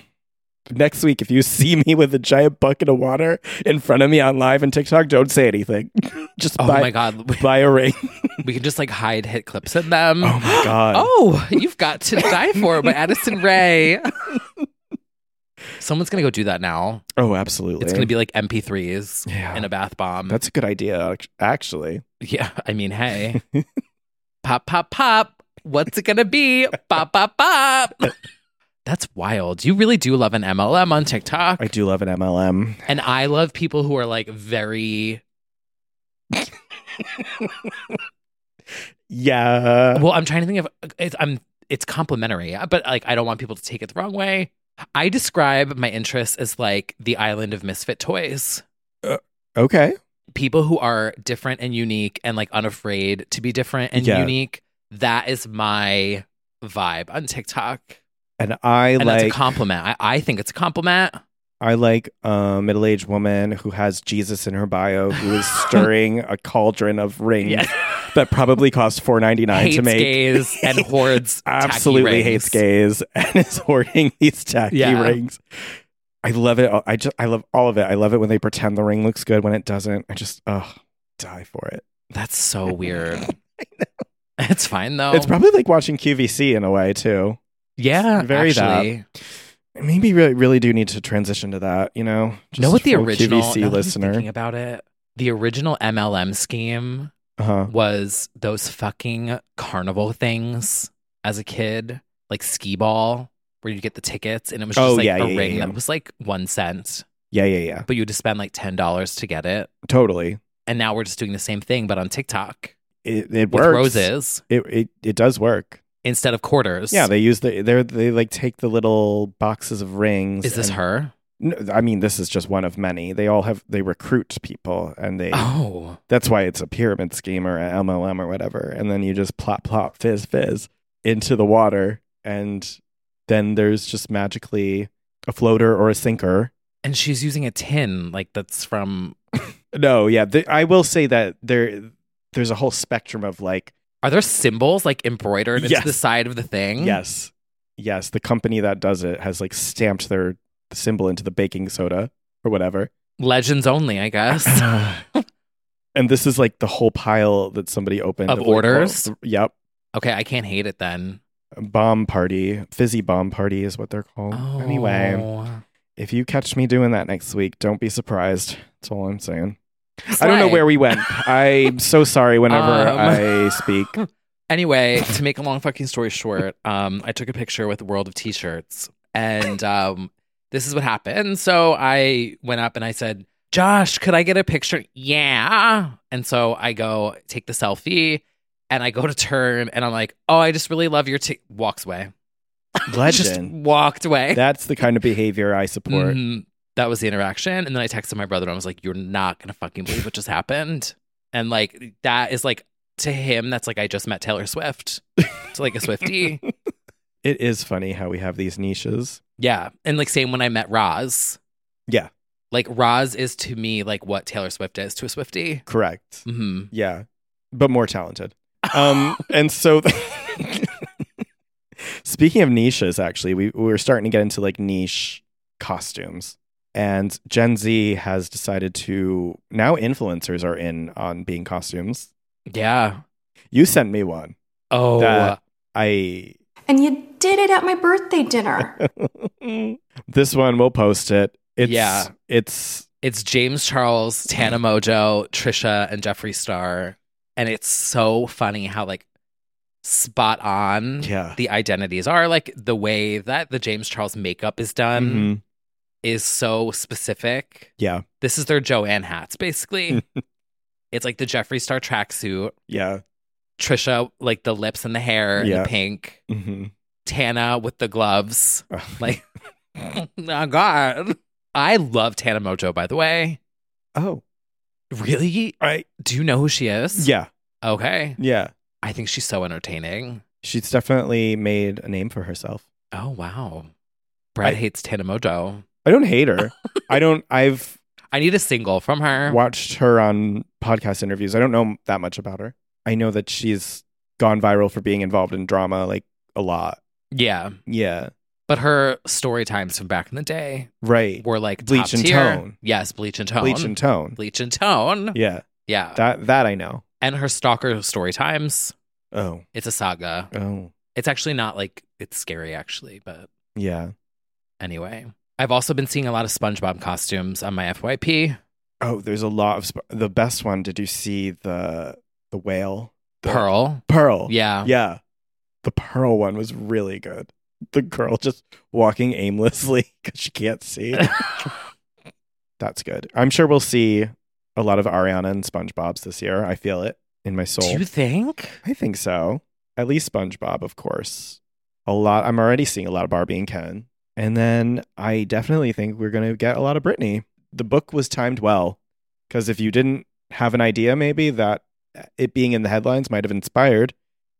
Next week, if you see me with a giant bucket of water in front of me on live and TikTok, don't say anything. Just Oh buy, my god, buy a ring. We can just like hide hit clips in them. Oh my god. Oh, you've got to die for by Addison Ray. Someone's gonna go do that now. Oh, absolutely. It's gonna be like MP3s Yeah. in a bath bomb. That's a good idea, act- actually. yeah, I mean, hey, pop, pop, pop. What's it gonna be? Pop, pop, pop. That's wild. You really do love an MLM on TikTok, I do love an MLM. and I love people who are like very Yeah. Well, I'm trying to think of it's, I'm it's complimentary, but like I don't want people to take it the wrong way. I describe my interest as like the island of misfit toys. Okay. People who are different and unique and like unafraid to be different and Yeah. unique. That is my vibe on TikTok. And I And that's like a compliment. I, I think it's a compliment. I like a middle aged woman who has Jesus in her bio who is stirring a cauldron of rings Yeah. that probably cost four ninety nine hates to make. gays and hoards. tacky Absolutely rings. hates gays and is hoarding these tacky Yeah. rings. I love it. all- I just I love all of it. I love it when they pretend the ring looks good when it doesn't. I just oh die for it. That's so weird. It's fine though. It's probably like watching QVC in a way too. yeah, very that. actually. Maybe we really do need to transition to that. You know, just know what the for original now that QVC I'm listener. thinking about it? The original MLM scheme Uh huh. was those fucking carnival things as a kid, like skee ball, where you get the tickets, and it was just Oh, like yeah, a yeah, yeah, ring yeah. that was like one cent, Yeah, yeah, yeah. but you had to spend like ten dollars to get it. Totally. And now we're just doing the same thing, but on TikTok It it with works. roses It it it does work. instead of quarters. Yeah, they use the they they like take the little boxes of rings. is this and- her? No, I mean, this is just one of many. They all have they recruit people, and they Oh, that's why it's a pyramid scheme or a MLM or whatever. And then you just plop plop fizz fizz into the water, and then there's just magically a floater or a sinker. and she's using a tin like that's from. No, yeah, th I will say that there there's a whole spectrum of like Are there symbols like embroidered Yes. into the side of the thing? Yes. Yes. The company that does it has like stamped their symbol into the baking soda or whatever. legends only, I guess. And this is like the whole pile that somebody opened Of like, orders? well, yep. Okay, I can't hate it then. Bomb party. Fizzy bomb party is what they're called. Oh. Anyway, if you catch me doing that next week, don't be surprised. That's all I'm saying. I don't know Slay. where we went. I'm so sorry whenever Um. I speak. Anyway, to make a long fucking story short, um, I took a picture with World of T-shirts, and um, this is what happened. So I went up and I said, "Josh, could I get a picture?" Yeah. And so I go take the selfie, and I go to turn, and I'm like, "Oh, I just really love your t-. walks away." Just Legend. walked away. That's the kind of behavior I support. Mhm. That was the interaction. And then I texted my brother and I was like, You're not gonna fucking believe what just happened. And like that is like to him, that's like I just met Taylor Swift. It's like a Swifty. It is funny how we have these niches. yeah. And like same when I met Roz. Yeah. Like Roz is to me like what Taylor Swift is to a Swifty. Correct. hmm Yeah, but more talented. Um, and so, speaking of niches, actually, we, we were starting to get into like niche costumes, and Gen Z has decided to now influencers are in on being costumes. Yeah. You sent me one. Oh That- I And you did it at my birthday dinner. this one we'll post it. It's, Yeah. it's it's James Charles, Tana Mojo, Trisha, and Jeffree Star. And it's so funny how like spot on yeah. the identities are like the way that the James Charles makeup is done Mhm. is so specific. Yeah, This is their Joanne hats, basically. it's like the Jeffree Star tracksuit, yeah, Trisha, like the lips and the hair and Yeah. the pink, hmm Tana with the gloves. Like, oh God. I love Tana Mojo, by the way. oh, Really? I Do you know who she is? yeah, Okay. yeah. I think she's so entertaining. She's definitely made a name for herself. Oh, wow. Brad I- hates Tana Mojo. I don't hate her. I don't. I've I need a single from her. watched her on podcast interviews. I don't know that much about her. I know that she's gone viral for being involved in drama like a lot. Yeah. Yeah, But her story times from back in the day right. were like Bleach top and tier. Tone. Yes, bleach and tone. Bleach and tone. Bleach and tone. Yeah. Yeah, that that I know. and her stalker story times. Oh, It's a saga. oh, It's actually not like it's scary actually, but yeah. anyway. I've also been seeing a lot of SpongeBob costumes on my FYP. Oh, there's a lot of sp- the best one. Did you see the the whale? The- Pearl. Pearl. Yeah. Yeah. The pearl one was really good. The girl just walking aimlessly because she can't see. That's good. I'm sure we'll see a lot of Ariana and SpongeBob's this year. I feel it in my soul. Do you think? I think so. At least SpongeBob, of course. A lot. I'm already seeing a lot of Barbie and Ken. And then I definitely think we're going to get a lot of Britney. The book was timed well because if you didn't have an idea, maybe that uh, it being in the headlines might have inspired,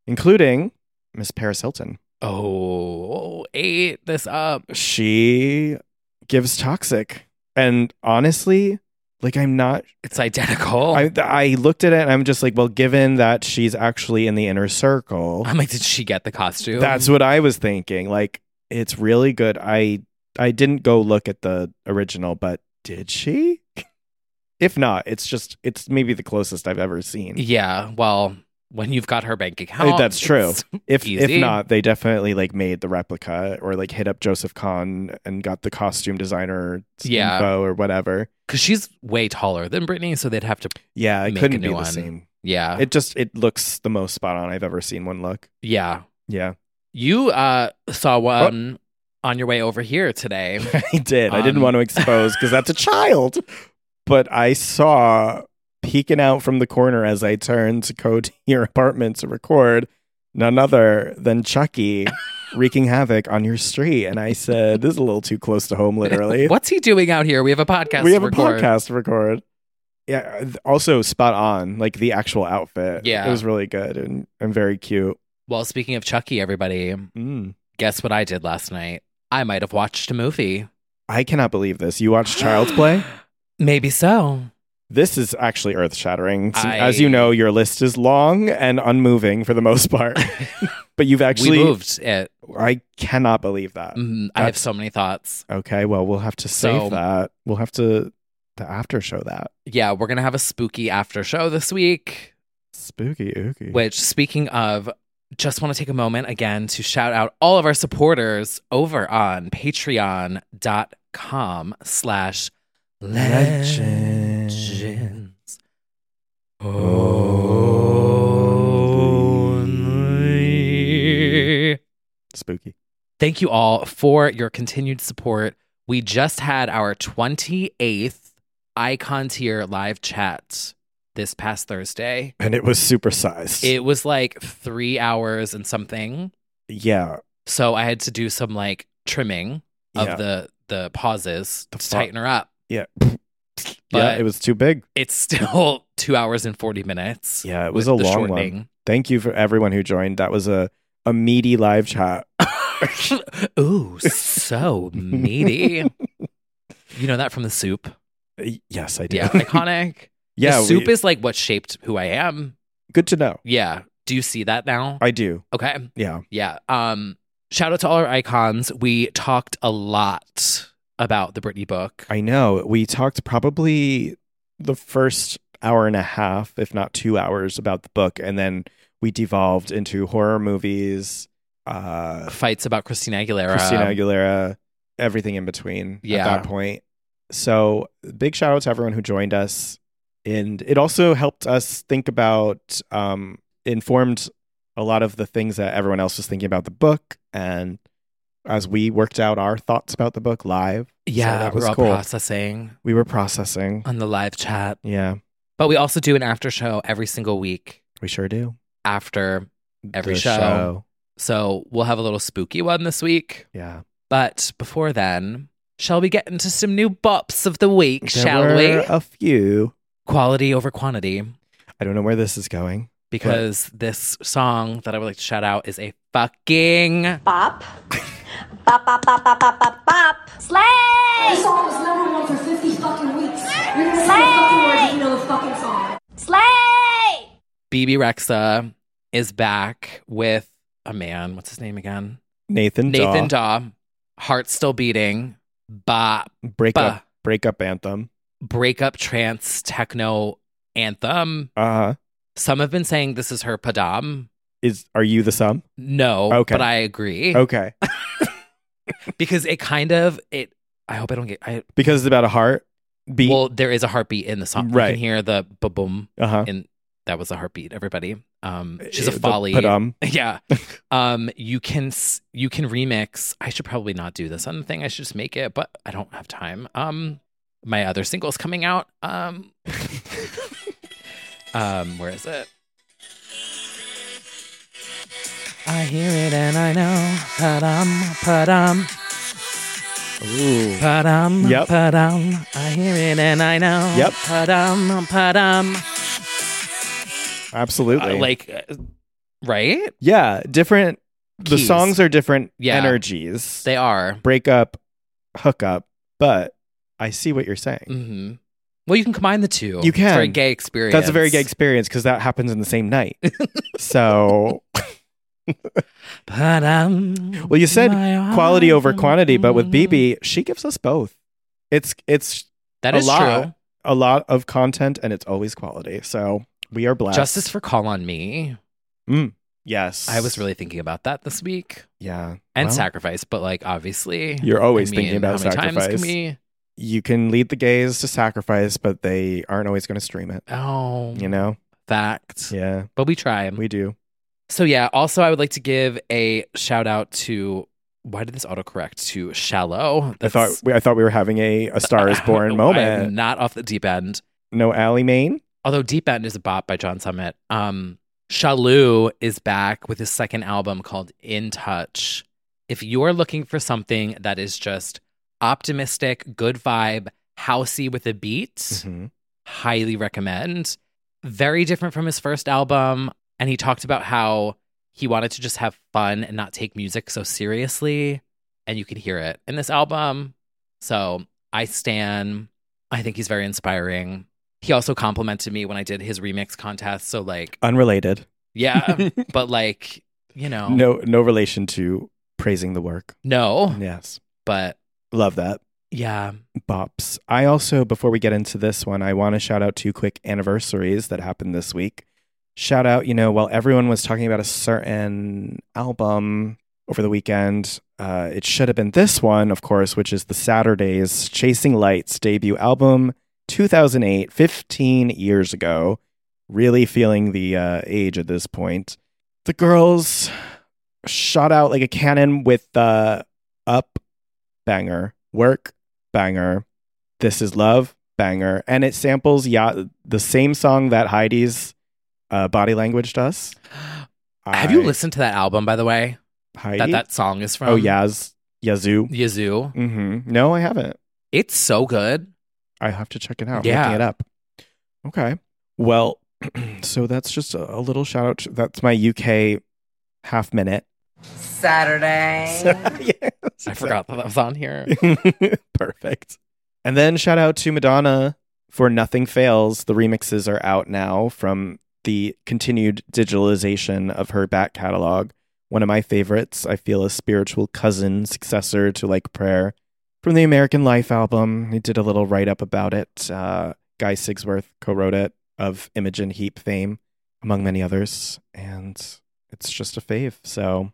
including Miss Paris Hilton. Oh, ate this up. She gives toxic. And honestly, like I'm not It's identical. I I looked at it and I'm just like, well, given that she's actually in the inner circle, I'm like, did she get the costume? that's what I was thinking. Like it's really good. I I didn't go look at the original, but did she? If not, it's just it's maybe the closest I've ever seen. Yeah. Well, when you've got her bank Uh, account, That's true. it's- If easy. if not, they definitely like made the replica or like hit up Joseph Kahn and got the costume designer Yeah. info or whatever. Cause she's way taller than Brittany, so they'd have to. Yeah, it Make a couldn't new be one. Ah. the same. Yeah. It just it looks the most spot on I've ever seen one look. yeah. Yeah, You uh saw one on your way over here today. I did. I didn't Um, want to expose because that's a child. But I saw peeking out from the corner as I turned to go to your apartment to record none other than Chucky wreaking havoc on your street. And I said, This is a little too close to home, literally. What's he doing out here? We have a podcast. we have to a record. podcast to record. Yeah. th- Also, spot on. Like the actual outfit. Yeah. it was really good and, and very cute. Well, speaking of Chucky, everybody, Mm. guess what I did last night? I might have watched a movie. I cannot believe this. You watched Child's Play. Maybe so. This is actually earth shattering. I- As you know, your list is long and unmoving for the most part, but you've actually we moved it. I cannot believe that. Mm, I have That's- so many thoughts. Okay, well, we'll have to save So- that. We'll have to the after show that Yeah, we're gonna have a spooky after show this week. spooky ooky. Which, speaking of, just want to take a moment again to shout out all of our supporters over on patreon.com slash legends. Only. spooky. Thank you all for your continued support. We just had our 28th Icon Tier live chat this past Thursday. And it was supersized. It was like three hours and something. yeah. So I had to do some like trimming of yeah. the the pauses The to fu- tighten her up. Yeah. yeah, But it was too big. it's still two hours and forty minutes. Yeah, it with was the a long one. shortening. Thank you for everyone who joined. That was a, a meaty live chat. Ooh, so meaty. You know that from the soup. yes, I did. Yeah, iconic. yeah the soup we- is like what shaped who I am. good to know. Yeah. Do you see that now? I do. okay. Yeah. Yeah. Um. Shout out to all our icons. We talked a lot about the Britney book. I know. We talked probably the first hour and a half, if not two hours, about the book, and then we devolved into horror movies, uh, fights about Christina Aguilera. Christina Aguilera, everything in between Yeah. at that point. So big shout out to everyone who joined us. And it also helped us think about, um, informed a lot of the things that everyone else was thinking about the book. And as we worked out our thoughts about the book live, Yeah, So that we're was all cool. processing we were processing. on the live chat. Yeah, But we also do an after show every single week we sure do. after. Every The show. So we'll have a little spooky one this week. Yeah. But before then, shall we get into some new bops of the week, shall there we? were uh, A few. Quality over quantity. I don't know where this is going. Because this song that I would like to shout out is a fucking Bop. Bop, bop, bop, bop, bop, bop, bop. Slay! This song was number one for 50 fucking weeks. You're gonna sing the fucking words and you know the fucking song. Slay! BB Rexa is back with a man. What's his name again? Nathan Nathan Nathan Daw, Daw, heart still beating, bop, Bah. breakup breakup anthem. breakup trance techno anthem. Uh huh. Some have been saying this is her padam. Is are you the sum? No, Okay. but I agree Okay. because it kind of it. I hope I don't get. I Because it's about a heart beat. well, there is a heartbeat in the song. you Right. can hear the ba boom, uh huh. and that was a heartbeat. Everybody, um, she's a folly. Padum. Yeah, um, you can s- you can remix. I should probably not do this on the thing. I should just make it, but I don't have time. Um, my other single's coming out. Um, um, where is it? I hear it and I know. Pa-dum, pa-dum, Ooh. pa-dum, Yep. pa-dum. I hear it and I know. Yep. Pa-dum, pa-dum. Absolutely. Uh, like, uh, right? yeah, different. The Keys. songs are different Yeah. energies. They are. breakup, hookup, But I see what you're saying. hmm Well, you can combine the two. You It's a very can. gay experience. That's a very gay experience because that happens in the same night. so, But, um, well, you said my quality eyes over and- quantity, but with BB, she gives us both. It's it's That a is lot, true. a lot of content, and it's always quality. So we are blessed. Justice for Call on Me. Mm. yes, I was really thinking about that this week yeah, and Well, sacrifice, but like obviously, You're always I thinking mean, about how many Times can sacrifice. we, You can lead the gays to sacrifice, but they aren't always going to stream it. oh, You know? fact. Yeah, But we try. we do. So yeah. Also, I would like to give a shout out to why did this autocorrect to shallow? I thought That's- we, I thought we were having a a Star is Born I'm moment. not off the deep end. No, Ally Main. although Deep End is a bop by John Summit, um, Shalou is back with his second album called In Touch. If you're looking for something that is just optimistic, good vibe, housey with a beat, Mm-hmm. Mhm. highly recommend. Very different from his first album. And he talked about how he wanted to just have fun and not take music so seriously. And you can hear it in this album. So I stan. I think he's very inspiring. He also complimented me when I did his remix contest. So like, Unrelated. yeah, but like, you know, No, no relation to praising the work. no, Yes, but love that. yeah, bops. I also, before we get into this one, I want to shout out two quick anniversaries that happened this week. Shout out, you know, while everyone was talking about a certain album over the weekend, uh, it should have been this one, of course, which is the Saturdays Chasing Lights debut album, 2008, 15 years ago. Really feeling the uh, age at this point. The girls shot out like a cannon with the up banger, work banger. This is love, banger, and it samples ya- the same song that Heidi's uh, body language does. Have you I- listened to that album, by the way? Heidi? That that song is from. oh, Yaz, Yazoo. Yazoo. hmm No, I haven't. It's so good. I have to check it out. Yeah. I'm looking it up. Okay. Well, so that's just a, a little shout out. to- that's my UK half minute. Saturday. yes, I forgot that that was on here. Perfect. And then shout out to Madonna for Nothing Fails. The remixes are out now from the continued digitalization of her back catalog. One of my favorites, I feel a spiritual cousin successor to Like Prayer from the American Life album. He did a little write up about it. Uh, Guy Sigsworth co wrote it of Imogen Heap fame, among many others. And it's just a fave. So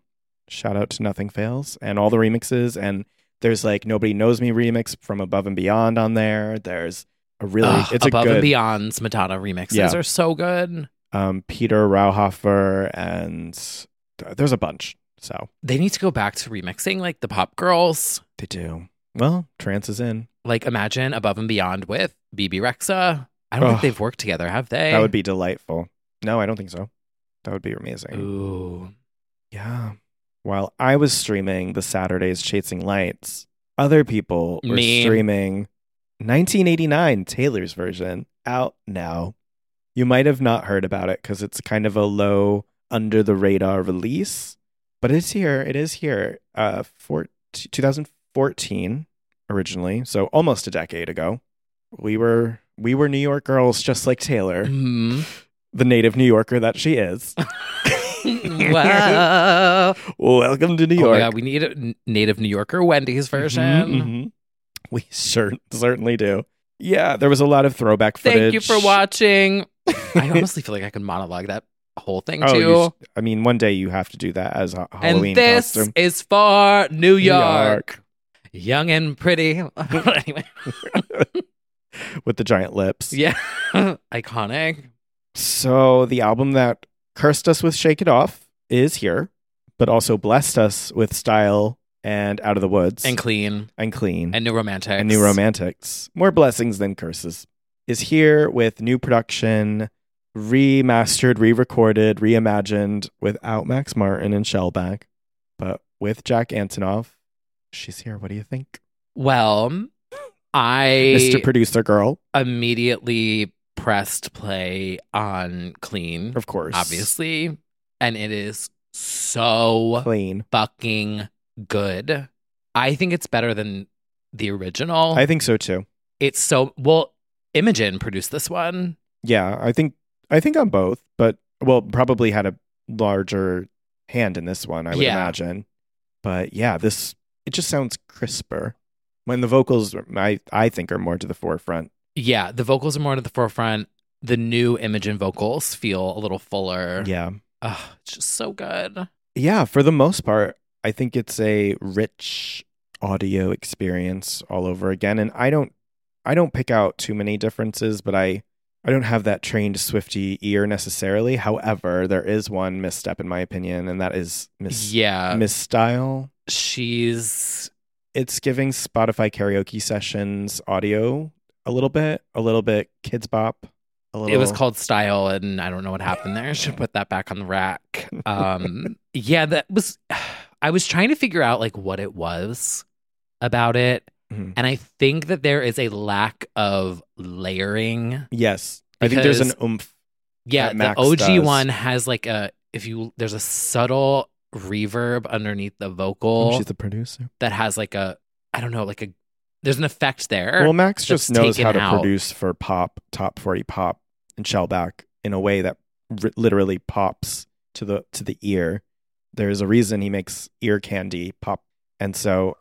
shout out to Nothing Fails and all the remixes and there's like nobody knows me remix from Above and Beyond on there. There's a really Ugh, it's above a good and beyond's Madonna remixes Yeah. are so good. um, Peter Rauhofer and th- there's a bunch. So They need to go back to remixing like the pop girls. they do well. Trance is in. Like imagine above and beyond with BB Rexa. I don't think Ugh. they've worked together, have they? That would be delightful. No, I don't think so. That would be amazing. Ooh. Yeah. While I was streaming the Saturdays Chasing Lights, other people were Me. streaming 1989 Taylor's version out now. You might have not heard about it because it's kind of a low under the radar release, but it's here. It is here. Uh, four, 2014 originally, so almost a decade ago. We were we were New York girls, just like Taylor, Mhm. the native New Yorker that she is. Wow. Welcome to New Oh York. my god, we need a n- native New Yorker Wendy's version. Mhm, mhm. We cer- certainly do. Yeah, there was a lot of throwback Thank footage. you for watching. I honestly feel like I could monologue that whole thing Oh, too. you sh- I mean, one day you have to do that as a and Halloween this costume. is for New New York. Young and pretty. anyway, with the giant lips. yeah. Iconic. So the album that cursed us with "Shake It Off" is here, but also blessed us with "Style" and "Out of the Woods" And clean. and "Clean" And new romantics. and new romantics. More blessings than curses. Is here with new production, remastered, re recorded, reimagined without Max Martin and Shellback, but with Jack Antonoff. She's here. What do you think? Well, I Mr. Producer Girl, immediately pressed play on clean, of course. obviously. And it is so Clean. fucking good. I think it's better than the original. I think so too. it's so well. Imogen produced this one. Yeah, I think I think on both, but well, probably had a larger hand in this one, I would Yeah. imagine. But yeah, this it just sounds crisper when the vocals are- I I think are more to the forefront. Yeah, the vocals are more to the forefront. The new Imogen vocals feel a little fuller. Yeah. Ugh, it's just so good. Yeah, for the most part, I think it's a rich audio experience all over again and I don't I don't pick out too many differences, but I I don't have that trained Swifty ear necessarily. However, there is one misstep in my opinion and that is Miss yeah, Miss Style. she's It's giving Spotify karaoke sessions audio a little bit, a little bit kids bop, a little It was called Style, and I don't know what happened there. I should put that back on the rack. Um, yeah, that was. I was trying to figure out like what it was about it, Mhm. and I think that there is a lack of layering. Yes. I think there's an Because- oomph. Yeah, That the Max OG does. one has like a if you there's a subtle reverb underneath the vocal She's the producer. that has like a I don't know like a there's an effect there. Well, Max that's just knows taken how to out. produce for pop, top 40 pop and shellback in a way that r- literally pops to the to the ear. There's a reason he makes ear candy pop. And so,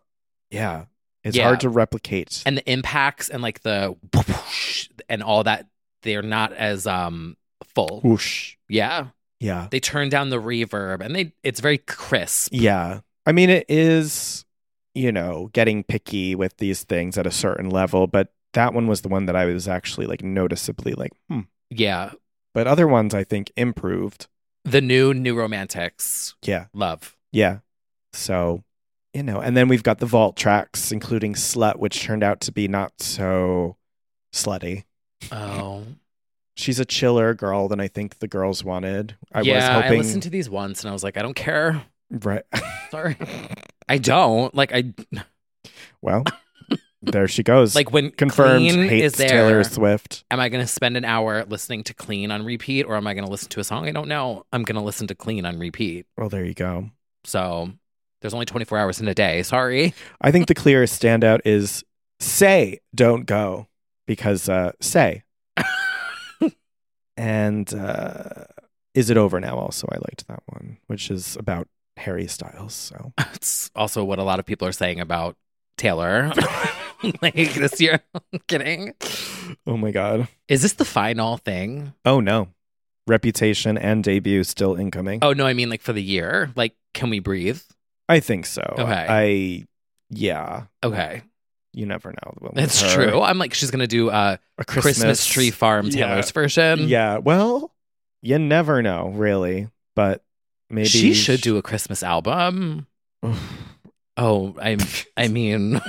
yeah, it's Yeah. hard to replicate. and the impacts and like the whoosh and all that they're not as um full whoosh. yeah Yeah. they turn down the reverb and they it's very crisp Yeah. I mean, it is, you know, getting picky with these things at a certain level, but that one was the one that I was actually like noticeably like, hmm. yeah But other ones I think improved. the new new romantics Yeah. love Yeah. So, you know, and then we've got the vault tracks, including Slut, which turned out to be not so slutty. oh She's a chiller girl than I think the girls wanted. I yeah was hoping. i listened to these once and i was like i don't care right. sorry i don't like i well, there she goes. like when confirmed clean hates is there Taylor Swift. am i going to spend an hour listening to clean on repeat or am i going to listen to a song i don't know i'm going to listen to clean on repeat Well, there you go. so there's only 24 hours in a day sorry I think the clearest standout is say don't go because uh, say and uh, is it over now? Also, I liked that one, which is about Harry Styles. So It's also what a lot of people are saying about Taylor. like this year. I'm kidding. oh my god, Is this the final thing? oh no, Reputation and debut still incoming. Oh no, I mean like for the year. Like, can we breathe? I think so. Okay. I yeah, Okay. you never know. with That's her. true. I'm like, she's gonna do uh A Christmas, Tree Farm Yeah. Taylor's version. Yeah, well, you never know, really. But maybe She should do a Christmas album. Oh, I'm I mean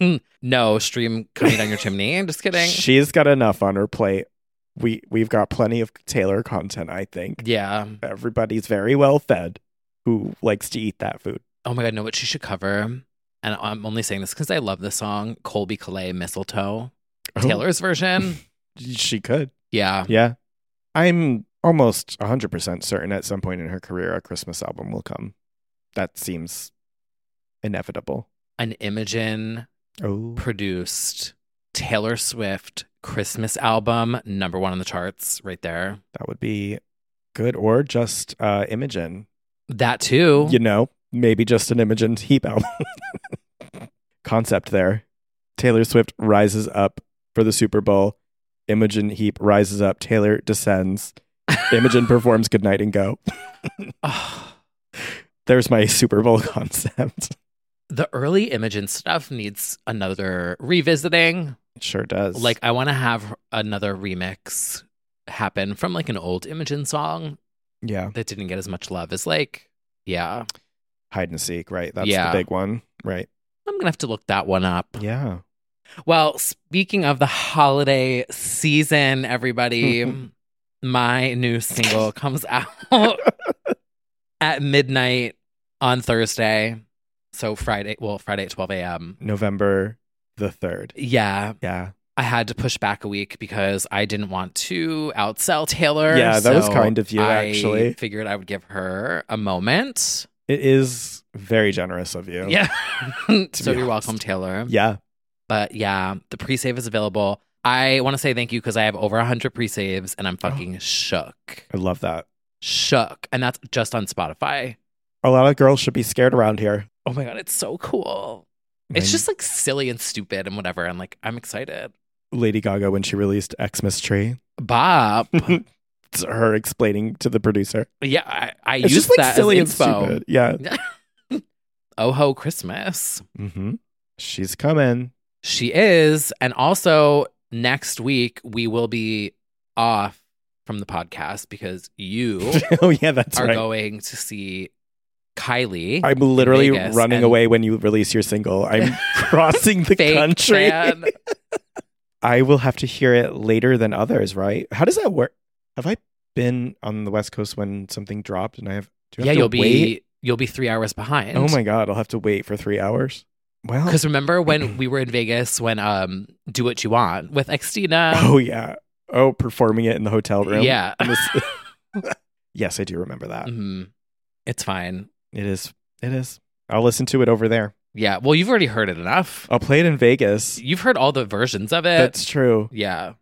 no, stream coming down your chimney. I'm just kidding. She's got enough on her plate. We we've got plenty of Taylor content, I think. Yeah. Everybody's very well fed who likes to eat that food. Oh my god, know what she should cover? And I'm only saying this because I love this song, Colby Calais Mistletoe. Taylor's version. Oh, She could. Yeah. Yeah. I'm almost 100% certain at some point in her career a Christmas album will come. That seems inevitable. An Imogen Oh. produced Taylor Swift Christmas album, number one on the charts, right there. That would be good or just uh Imogen, That too. you know, maybe just an Imogen Heap album. Concept there. Taylor Swift rises up for the Super Bowl. Imogen Heap rises up. Taylor descends. Imogen performs Goodnight and Go. Ugh. There's my Super Bowl concept. the early Imogen stuff needs another revisiting. It sure does. Like, I want to have another remix happen from like an old Imogen song yeah, that didn't get as much love as like, yeah. hide and seek, right? That's Yeah. the big one, right? I'm gonna have to look that one up. Yeah. Well, speaking of the holiday season, everybody, my new single comes out at midnight on Thursday. So Friday, well, Friday at 12 a.m. November the 3rd. Yeah, Yeah. I had to push back a week because I didn't want to outsell Taylor. Yeah, that was so kind of you, I actually. figured I would give her a moment. It is very generous of you. Yeah. so be you're honest. welcome, Taylor. Yeah. But yeah, the pre save is available. I want to say thank you because I have over 100 pre saves and I'm Oh. fucking shook. I love that. Shook. And that's just on Spotify. A lot of girls should be scared around here. Oh my God, it's so cool. It's Right. just like silly and stupid and whatever. And like, I'm excited. Lady Gaga when she released Xmas Tree. Bop. It's her explaining to the producer. yeah, I, I It's use just like that silly and as info. stupid. Yeah. Oh ho, Christmas. hmm She's coming. She is. And also, next week, we will be off from the podcast because you oh yeah, that's are right. going to see Kylie. I'm literally Vegas running and- away when you release your single. I'm crossing the Fake country. fan. I will have to hear it later than others, right? How does that work? Have I been on the West Coast when something dropped and I have? Do I yeah, have to you'll be wait? you'll be three hours behind. Oh my god, I'll have to wait for three hours. Well, Because remember when we were in Vegas when um Do What You Want with Xtina? oh yeah, oh performing it in the hotel room. Yeah. In this- yes, I do remember that. Mhm. It's fine. It is. It is. I'll listen to it over there. Yeah. Well, you've already heard it enough. I'll play it in Vegas. You've heard all the versions of it. That's true. yeah.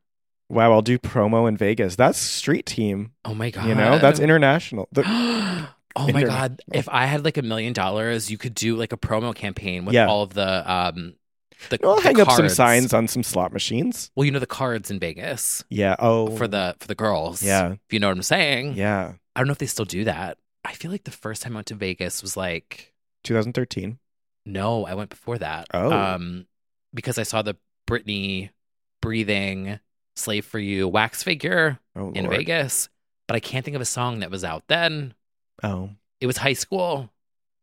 Wow, I'll do promo in Vegas. That's street team. Oh my god. You know, that's international. The- oh my god. If I had like a million dollars, you could do like a promo campaign with Yeah. all of the um the, I'll the hang up some cards. signs on some slot machines. Well, you know the cards in Vegas Yeah. Oh, for the Hmm. for the girls. Yeah. If you know what I'm saying. yeah, I don't know if they still do that. I feel like the first time I went to Vegas was like, 2013. no, I went before that. Oh. Um, because I saw the Britney breathing slave for you wax figure Oh, in Lord. Vegas, but I can't think of a song that was out then. Oh, It was high school,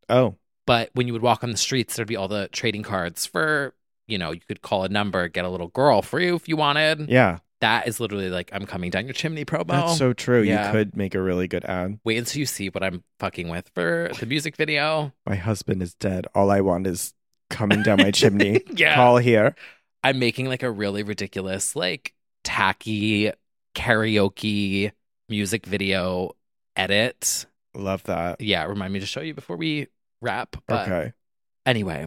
oh, but when you would walk on the streets, there'd be all the trading cards for, you know, you could call a number, get a little girl for you if you wanted. yeah. That is literally like, I'm coming down your chimney promo. That's so true. yeah. You could make a really good ad. Wait until you see what I'm fucking with for the music video. My husband is dead. All I want is coming down my chimney. Yeah. Call here. I'm making like a really ridiculous, like tacky karaoke music video edit. Love that. Yeah, remind me to show you before we wrap. But Okay. anyway,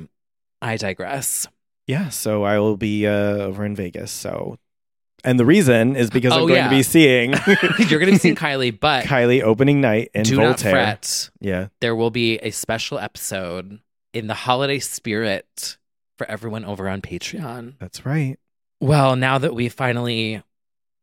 I digress. Yeah. So I will be uh, over in Vegas. So, and the reason is because I'm Oh, going yeah. to be seeing You're going to see Kylie, but Kylie opening night in do Voltaire. not fret. Yeah. There will be a special episode in the holiday spirit for everyone over on Patreon. That's right. Well, now that we finally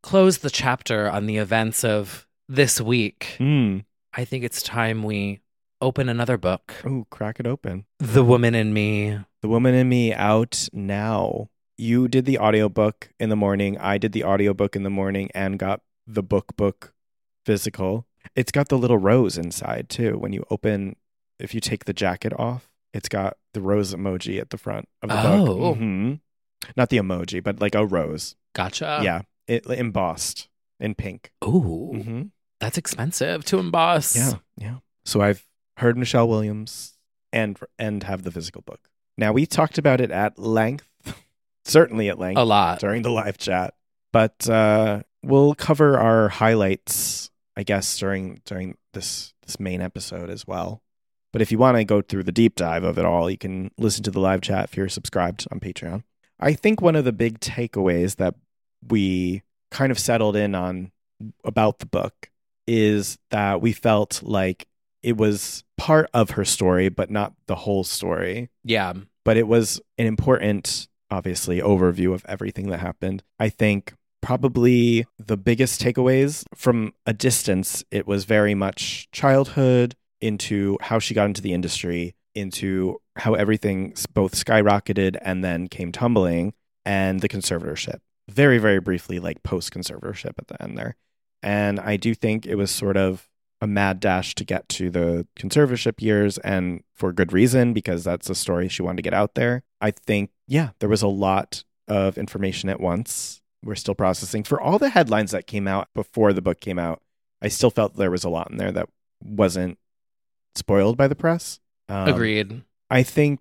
closed the chapter on the events of this week, Mm. I think it's time we open another book. Oh, crack it open. The Woman in Me. The Woman in Me out now. You did the audiobook in the morning. I did the audiobook in the morning and got the book book physical. It's got the little rose inside too. When you open, if you take the jacket off, it's got the rose emoji at the front of the Oh. book. hmm Not the emoji, but like a rose. Gotcha. yeah. It embossed in pink. Ah. Ooh, hmm that's expensive to emboss. Yeah, yeah. So I've heard Michelle Williams and and have the physical book. Now we talked about it at length, certainly at length A lot. during the live chat, but uh, we'll cover our highlights, I guess, during during this this main episode as well. But if you want to go through the deep dive of it all, you can listen to the live chat if you're subscribed on Patreon. I think one of the big takeaways that we kind of settled in on about the book is that we felt like it was part of her story, but not the whole story. Yeah. But it was an important, obviously, overview of everything that happened. I think probably the biggest takeaways from a distance, it was very much childhood into how she got into the industry, into how everything s- both skyrocketed and then came tumbling, and the conservatorship. Very, very briefly, like post conservatorship at the end there. And I do think it was sort of a mad dash to get to the conservatorship years and for good reason because that's a story she wanted to get out there. I think, yeah, there was a lot of information at once. We're still processing. For all the headlines that came out before the book came out, I still felt there was a lot in there that wasn't spoiled by the press. Um, Agreed. I think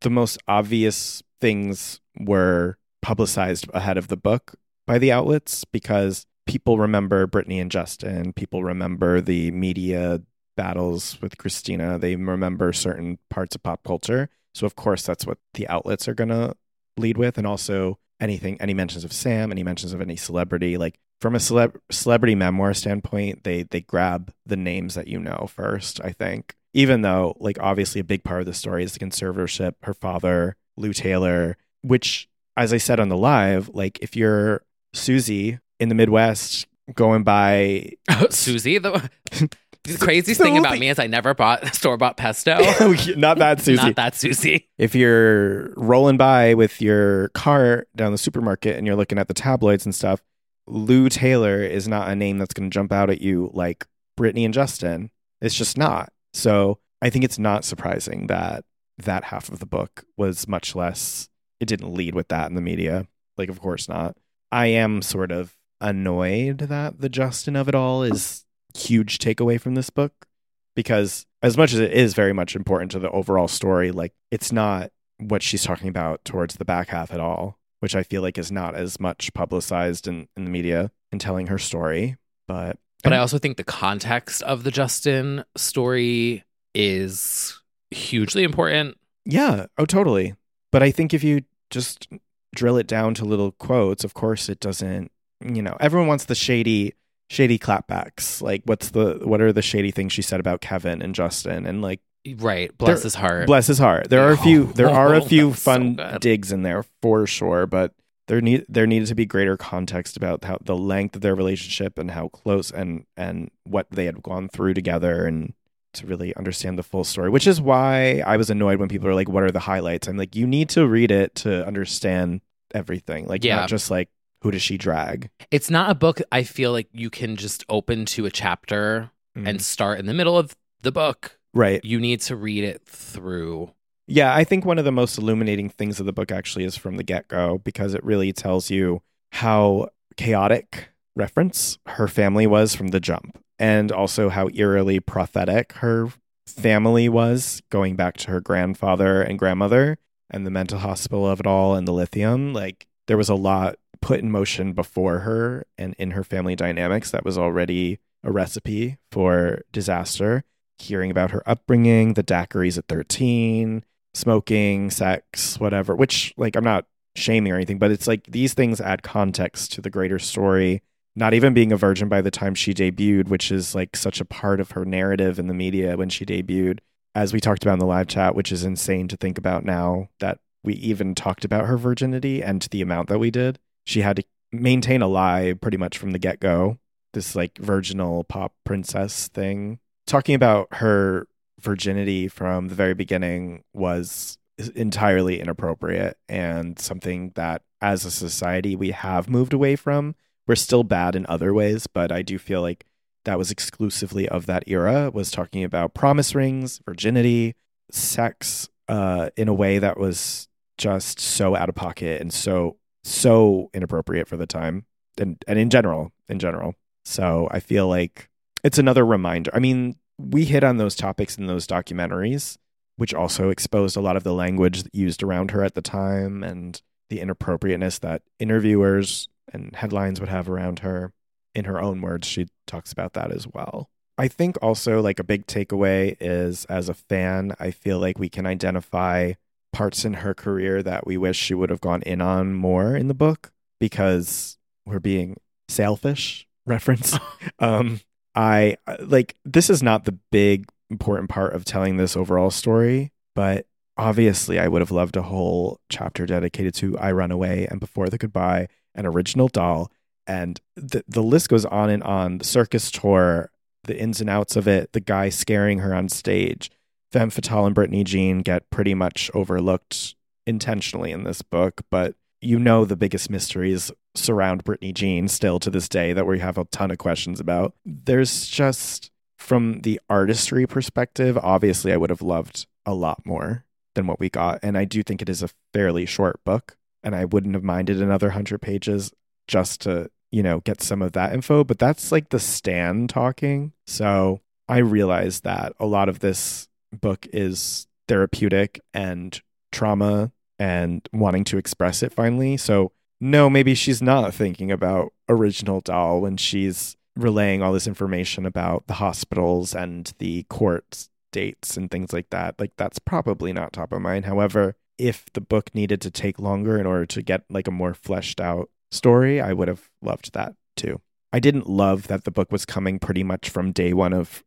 the most obvious things were publicized ahead of the book by the outlets because people remember Brittany and Justin. People remember the media battles with Christina. They remember certain parts of pop culture. So, of course, that's what the outlets are going to lead with, and also anything, any mentions of Sam, any mentions of any celebrity. Like from a celeb- celebrity memoir standpoint, they they grab the names that you know first. I think, even though like obviously a big part of the story is the conservatorship, her father, Lou Taylor, which as I said on the live, like if you're Susie in the Midwest going by Susie, the, the craziest thing about me is I never bought store bought pesto. not that Susie. Not that Susie. if you're rolling by with your car down the supermarket and you're looking at the tabloids and stuff, Lou Taylor is not a name that's going to jump out at you like Brittany and Justin. It's just not. So I think it's not surprising that that half of the book was much less, it didn't lead with that in the media. Like, of course not. I am sort of annoyed that the Justin of it all is huge takeaway from this book because as much as it is very much important to the overall story, like it's not what she's talking about towards the back half at all, which I feel like is not as much publicized in, in the media in telling her story. But But I also think the context of the Justin story is hugely important. yeah, oh totally. But I think if you just drill it down to little quotes, of course it doesn't you know, everyone wants the shady shady clapbacks. Like what's the what are the shady things she said about Kevin and Justin and like Right. Bless There- his heart. Bless his heart. There are a few. There are a Oh, few that's so fun good. digs in there for sure, but there need there needed to be greater context about how the length of their relationship and how close and and what they had gone through together and to really understand the full story. Which is why I was annoyed when people are like, "What are the highlights?" I'm like, you need to read it to understand everything. Like, Yeah. not just like who does she drag. It's not a book I feel like you can just open to a chapter Mm. and start in the middle of the book. right. You need to read it through. Yeah, I think one of the most illuminating things of the book actually is from the get go because it really tells you how chaotic reference her family was from the jump and also how eerily prophetic her family was going back to her grandfather and grandmother and the mental hospital of it all and the lithium. Like there was a lot put in motion before her and in her family dynamics that was already a recipe for disaster. Hearing about her upbringing, the daiquiris at 13, smoking, sex, whatever, which, like, I'm not shaming or anything, but it's like these things add context to the greater story. Not even being a virgin by the time she debuted, which is like such a part of her narrative in the media when she debuted, as we talked about in the live chat, which is insane to think about now that we even talked about her virginity and to the amount that we did. She had to maintain a lie pretty much from the get go. This like virginal pop princess thing. Talking about her virginity from the very beginning was entirely inappropriate and something that as a society we have moved away from. We're still bad in other ways, but I do feel like that was exclusively of that era was talking about promise rings, virginity, sex uh in a way that was just so out of pocket and so so inappropriate for the time and and in general, in general. So I feel like it's another reminder. I mean, we hit on those topics in those documentaries, which also exposed a lot of the language used around her at the time and the inappropriateness that interviewers and headlines would have around her. In her own words, she talks about that as well. I think also, like, a big takeaway is as a fan, I feel like we can identify parts in her career that we wish she would have gone in on more in the book because we're being sailfish reference. um, I like this is not the big important part of telling this overall story, but obviously I would have loved a whole chapter dedicated to I Run Away and Before the Goodbye and Original Doll and the the list goes on and on. The circus tour, the ins and outs of it, the guy scaring her on stage. Femme Fatale and Brittany Jean get pretty much overlooked intentionally in this book, but you know the biggest mysteries surround Brittany Jean still to this day that we have a ton of questions about. There's just from the artistry perspective, obviously I would have loved a lot more than what we got. And I do think it is a fairly short book. And I wouldn't have minded another hundred pages just to, you know, get some of that info. But that's like the stand talking. So I realized that a lot of this book is therapeutic and trauma and wanting to express it finally. So, no, maybe she's not thinking about original doll when she's relaying all this information about the hospitals and the court dates and things like that. Like, that's probably not top of mind. However, if the book needed to take longer in order to get like a more fleshed out story, I would have loved that too. I didn't love that the book was coming pretty much from day one of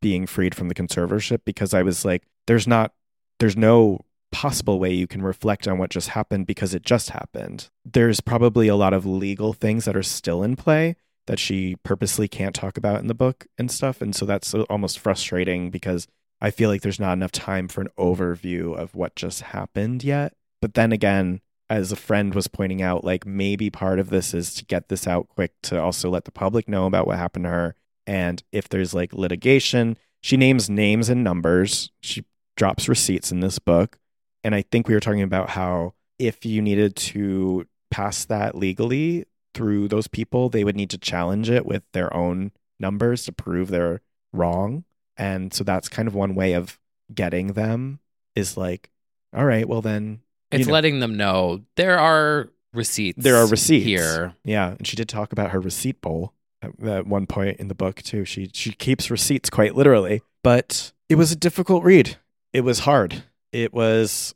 being freed from the conservatorship because I was like, there's not, there's no possible way you can reflect on what just happened because it just happened. There's probably a lot of legal things that are still in play that she purposely can't talk about in the book and stuff. And so that's almost frustrating because I feel like there's not enough time for an overview of what just happened yet. But then again, as a friend was pointing out, like maybe part of this is to get this out quick to also let the public know about what happened to her. And if there's like litigation, she names names and numbers. She drops receipts in this book. And I think we were talking about how if you needed to pass that legally through those people, they would need to challenge it with their own numbers to prove they're wrong. And so that's kind of one way of getting them is like, all right, well then you It's know, letting them know there are receipts. there are receipts here. Yeah, and she did talk about her receipt bowl at, at one point in the book too. She she keeps receipts quite literally, but it was a difficult read. It was hard. It was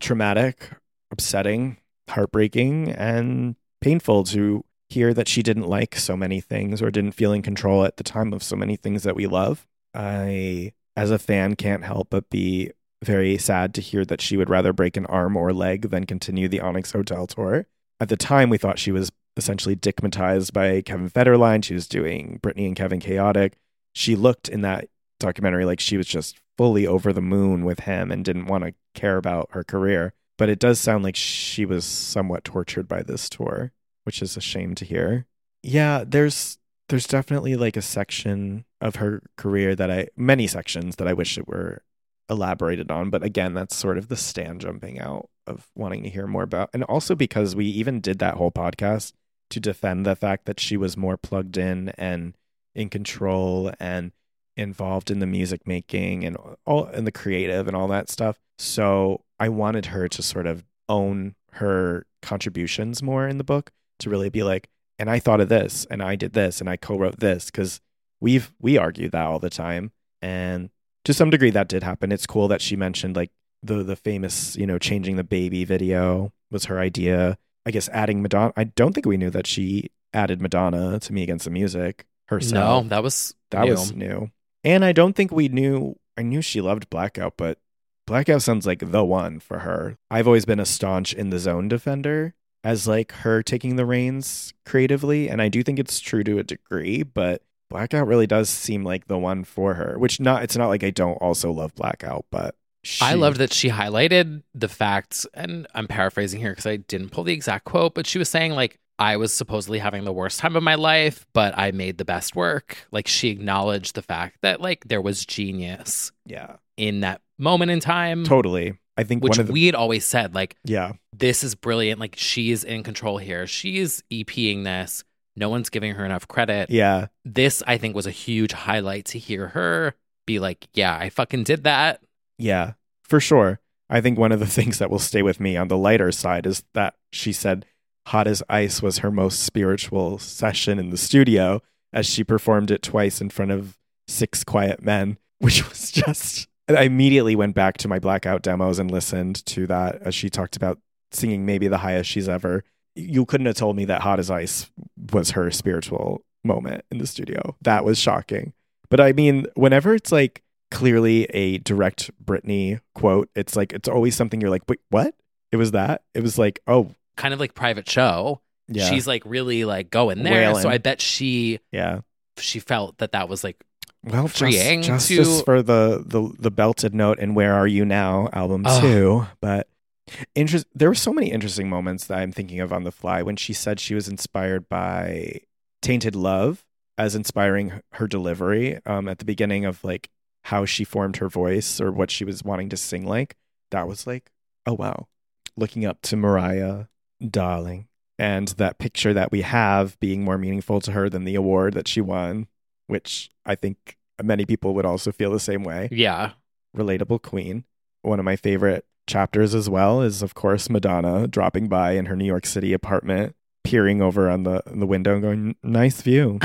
traumatic, upsetting, heartbreaking, and painful to hear that she didn't like so many things or didn't feel in control at the time of so many things that we love. I, as a fan, can't help but be very sad to hear that she would rather break an arm or leg than continue the Onyx Hotel tour. At the time, we thought she was essentially dickmatized by Kevin Federline. She was doing Brittany and Kevin Chaotic. She looked in that documentary like she was just fully over the moon with him and didn't want to care about her career. But it does sound like she was somewhat tortured by this tour, which is a shame to hear. Yeah, there's there's definitely like a section of her career that I many sections that I wish it were elaborated on, but again, that's sort of the stand jumping out of wanting to hear more about. And also because we even did that whole podcast to defend the fact that she was more plugged in and in control and involved in the music making and all and the creative and all that stuff. So I wanted her to sort of own her contributions more in the book to really be like, and I thought of this and I did this and I co-wrote this because we've we argue that all the time and to some degree that did happen. It's cool that she mentioned like the the famous you know changing the baby video was her idea. I guess adding Madonna. I don't think we knew that she added Madonna to Me Against the Music herself. No, that was That new. was new. And I don't think we knew, I knew she loved Blackout, but Blackout sounds like the one for her. I've always been a staunch in the zone defender as like her taking the reins creatively. And I do think it's true to a degree, but Blackout really does seem like the one for her, which not, it's not like I don't also love Blackout, but I she- loved that she highlighted the facts, and I'm paraphrasing here because I didn't pull the exact quote, but she was saying, like, I was supposedly having the worst time of my life, but I made the best work. Like, she acknowledged the fact that, like, there was genius Yeah, in that moment in time, totally. I think which one of the, we had always said, like, yeah, this is brilliant. Like, she is in control here. She is EPing this. No one's giving her enough credit. yeah. This, I think, was a huge highlight to hear her be like, yeah, I fucking did that. Yeah, for sure. I think one of the things that will stay with me on the lighter side is that she said Hot as Ice was her most spiritual session in the studio as she performed it twice in front of six quiet men, which was just. I immediately went back to my blackout demos and listened to that as she talked about singing maybe the highest she's ever. You couldn't have told me that Hot as Ice was her spiritual moment in the studio. That was shocking. But I mean, whenever it's like clearly a direct Britney quote. It's like it's always something you're like, wait, what? It was that. It was like, oh kind of like private show. yeah, She's like really like going there. Wailing. So I bet she yeah. she felt that that was like Well, just- freeing justice to- for the the the belted note and where are you now album Ugh. two. But interest. There were so many interesting moments that I'm thinking of on the fly when she said she was inspired by Tainted Love as inspiring her delivery um, at the beginning of like how she formed her voice or what she was wanting to sing like. That was like, oh wow, looking up to Mariah, darling. And that picture that we have being more meaningful to her than the award that she won, which I think many people would also feel the same way yeah. relatable queen. One of my favorite chapters as well is of course Madonna dropping by in her New York City apartment, peering over on the the window and going, "Nice view."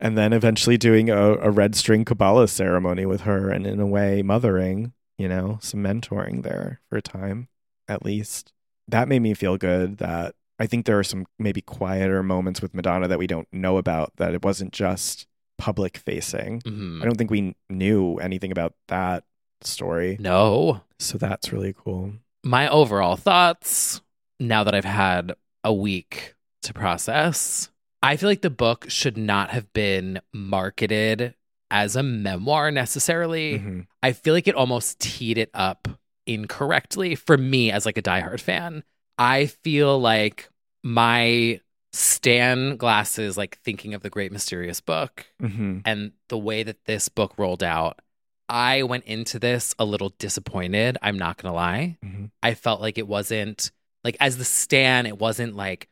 and then eventually doing a, a red string Kabbalah ceremony with her and in a way mothering you know, some mentoring there for a time, at least. That made me feel good that I think there are some maybe quieter moments with Madonna that we don't know about, that it wasn't just public facing. Mhm. I don't think we knew anything about that story. Mm. No. So that's really cool. My overall thoughts now that I've had a week to process, I feel like the book should not have been marketed as a memoir necessarily. Mhm. I feel like it almost teed it up incorrectly for me as like a diehard fan. I feel like my Stan glasses, like thinking of the Great Mysterious Book Mhm. and the way that this book rolled out, I went into this a little disappointed. I'm not gonna lie. Mhm. I felt like it wasn't like as the Stan, it wasn't like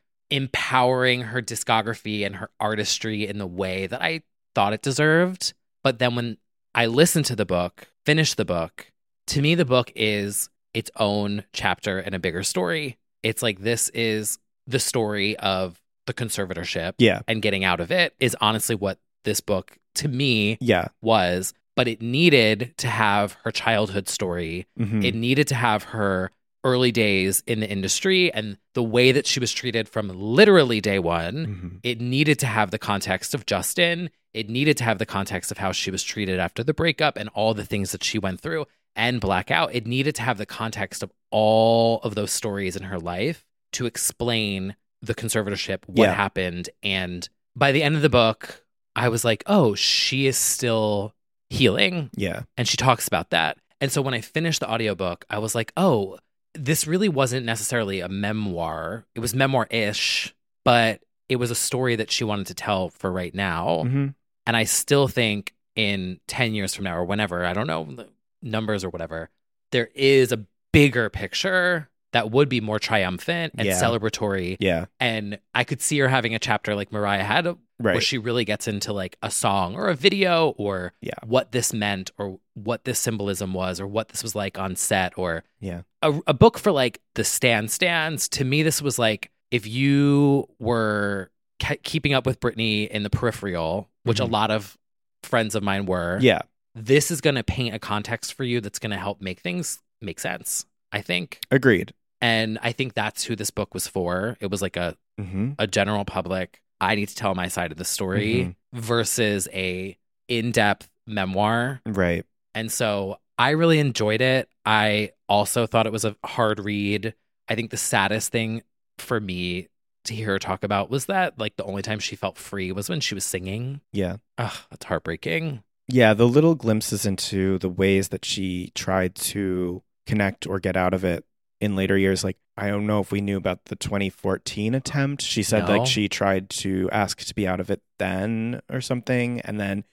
empowering her discography and her artistry in the way that I thought it deserved. But then when I listened to the book, finished the book, to me, the book is its own chapter and a bigger story. It's like this is the story of the conservatorship Yeah. and getting out of it, is honestly what this book to me Yeah. was. But it needed to have her childhood story Mhm. it needed to have her early days in the industry and the way that she was treated from literally day one. Mhm. It needed to have the context of Justin. It needed to have the context of how she was treated after the breakup and all the things that she went through and blackout. It needed to have the context of all of those stories in her life to explain the conservatorship, what Yeah. happened. And by the end of the book, I was like, oh, she is still healing Yeah. and she talks about that. And so when I finished the audiobook, I was like, oh, this really wasn't necessarily a memoir. It Mm-hmm. was memoir ish, but it was a story that she wanted to tell for right now. Mm-hmm. And I still think in 10 years from now or whenever, I don't know, the numbers or whatever, there is a bigger picture that would be more triumphant and Yeah. celebratory. Yeah. And I could see her having a chapter like Mariah had Right. where she really gets into like a song or a video or Yeah. what this meant or what this symbolism was or what this was like on set or Yeah. a, a book for like the stand stands to me this was like if you were ke- keeping up with Britney in the peripheral which a Mhm. lot of friends of mine were yeah. this is going to paint a context for you that's going to help make things make sense I think Agreed. and I think that's who this book was for it was like a Mm-hmm. a general public i need to tell my side of the story Mm-hmm. versus a in-depth memoir Right. and so i really enjoyed it i also thought it was a hard read i think the saddest thing for me to hear her talk about was that like the only time she felt free was when she was singing Yeah. ugh that's heartbreaking Yeah. The little glimpses into the ways that she tried to connect or get out of it in later years. Like, I don't know if we knew about the 2014 attempt. She said, No. like, she tried to ask to be out of it then or something. And then,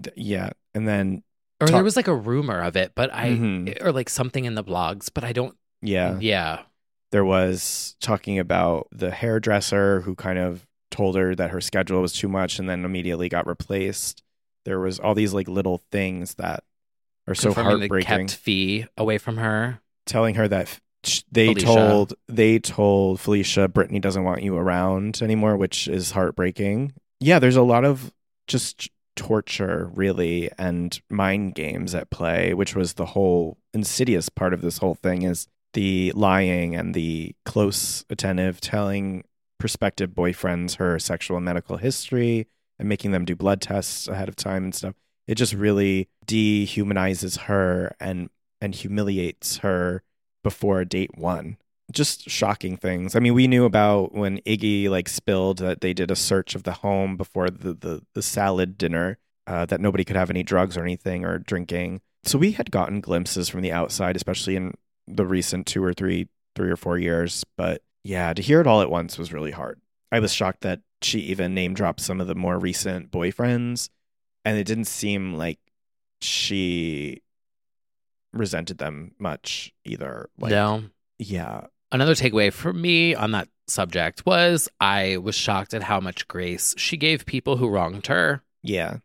th- yeah. And then, or Ta- there was like a rumor of it but i Mhm. or like something in the blogs but i don't yeah. yeah there was talking about the hairdresser who kind of told her that her schedule was too much and then immediately got replaced. There was all these like little things that are so Confirming they heartbreaking. kept fee away from her Telling her that sh- they Felicia. told they told Felicia Brittany doesn't want you around anymore, which is heartbreaking. Yeah, there's a lot of just torture really and mind games at play, which was the whole insidious part of this whole thing is the lying and the close attentive telling prospective boyfriends her sexual and medical history and making them do blood tests ahead of time and stuff it just really dehumanizes her and and humiliates her before date one just shocking things i mean we knew about when iggy like spilled that they did a search of the home before the the, the salad dinner uh, that nobody could have any drugs or anything or drinking so we had gotten glimpses from the outside especially in the recent two or three three or four years but yeah to hear it all at once was really hard i was shocked that she even name dropped some of the more recent boyfriends and it didn't seem like she resented them much either like no yeah another takeaway for me on that subject was I was shocked at how much grace she gave people who wronged her. yeah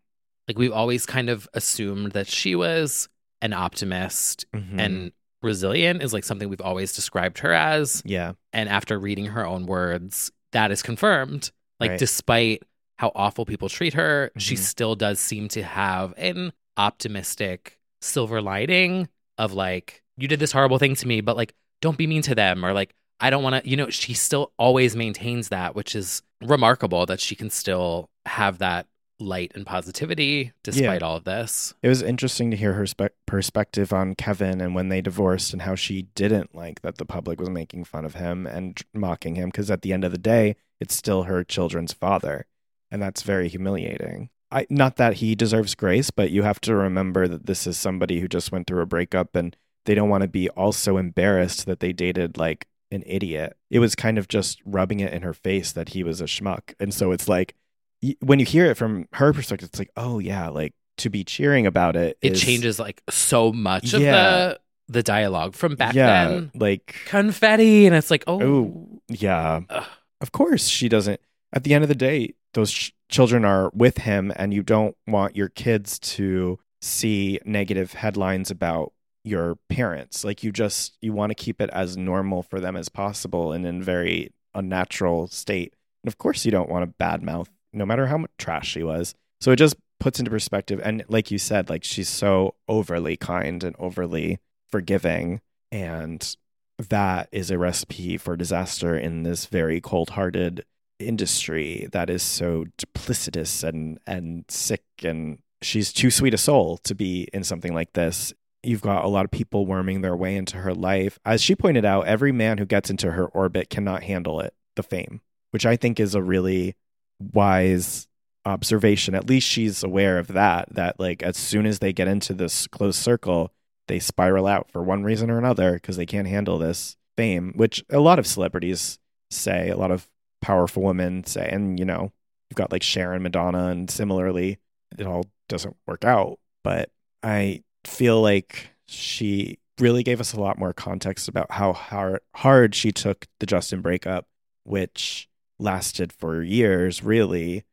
Like we've always kind of assumed that she was an optimist Mhm. and resilient is like something we've always described her as. yeah And after reading her own words, that is confirmed. Like Right. despite how awful people treat her, she Mhm. still does seem to have an optimistic silver lining of like, you did this horrible thing to me, but like, don't be mean to them or like, I don't want to, you know, she still always maintains that, which is remarkable that she can still have that light and positivity despite all of this. It was interesting to hear her spe- perspective on Kevin and when they divorced and how she didn't like that the public was making fun of him and tr- mocking him because at the end of the day, it's still her children's father. And that's very humiliating. I, not that he deserves grace, but you have to remember that this is somebody who just went through a breakup and they don't want to be also embarrassed that they dated like an idiot. It was kind of just rubbing it in her face that he was a schmuck. And so it's like, y- when you hear it from her perspective, it's like, oh yeah, like to be cheering about it. It is- changes like so much of Yeah. the the dialogue from back yeah, then. Like, Confetti and it's like, "Oh, oh yeah, Ugh. of course she doesn't. At the end of the day, those ch- children are with him, and you don't want your kids to see negative headlines about your parents. Like, you just you want to keep it as normal for them as possible, and in very unnatural state. And of course, you don't want a bad mouth, no matter how much trash she was. So it just puts into perspective. And like you said, like she's so overly kind and overly forgiving. And that is a recipe for disaster in this very cold hearted industry that is so duplicitous and, and sick. And she's too sweet a soul to be in something like this. You've got a lot of people worming their way into her life. As she pointed out, every man who gets into her orbit cannot handle it, the fame, which I think is a really wise observation. At least she's aware of that, that like as soon as they get into this closed circle, they spiral out for one reason or another because they can't handle this fame, which a lot of celebrities say, a lot of powerful women say. And, you know, you've got like Sharon, Madonna, and similarly, it all doesn't work out. But I feel like she really gave us a lot more context about how hard, hard she took the Justin breakup, which lasted for years, really,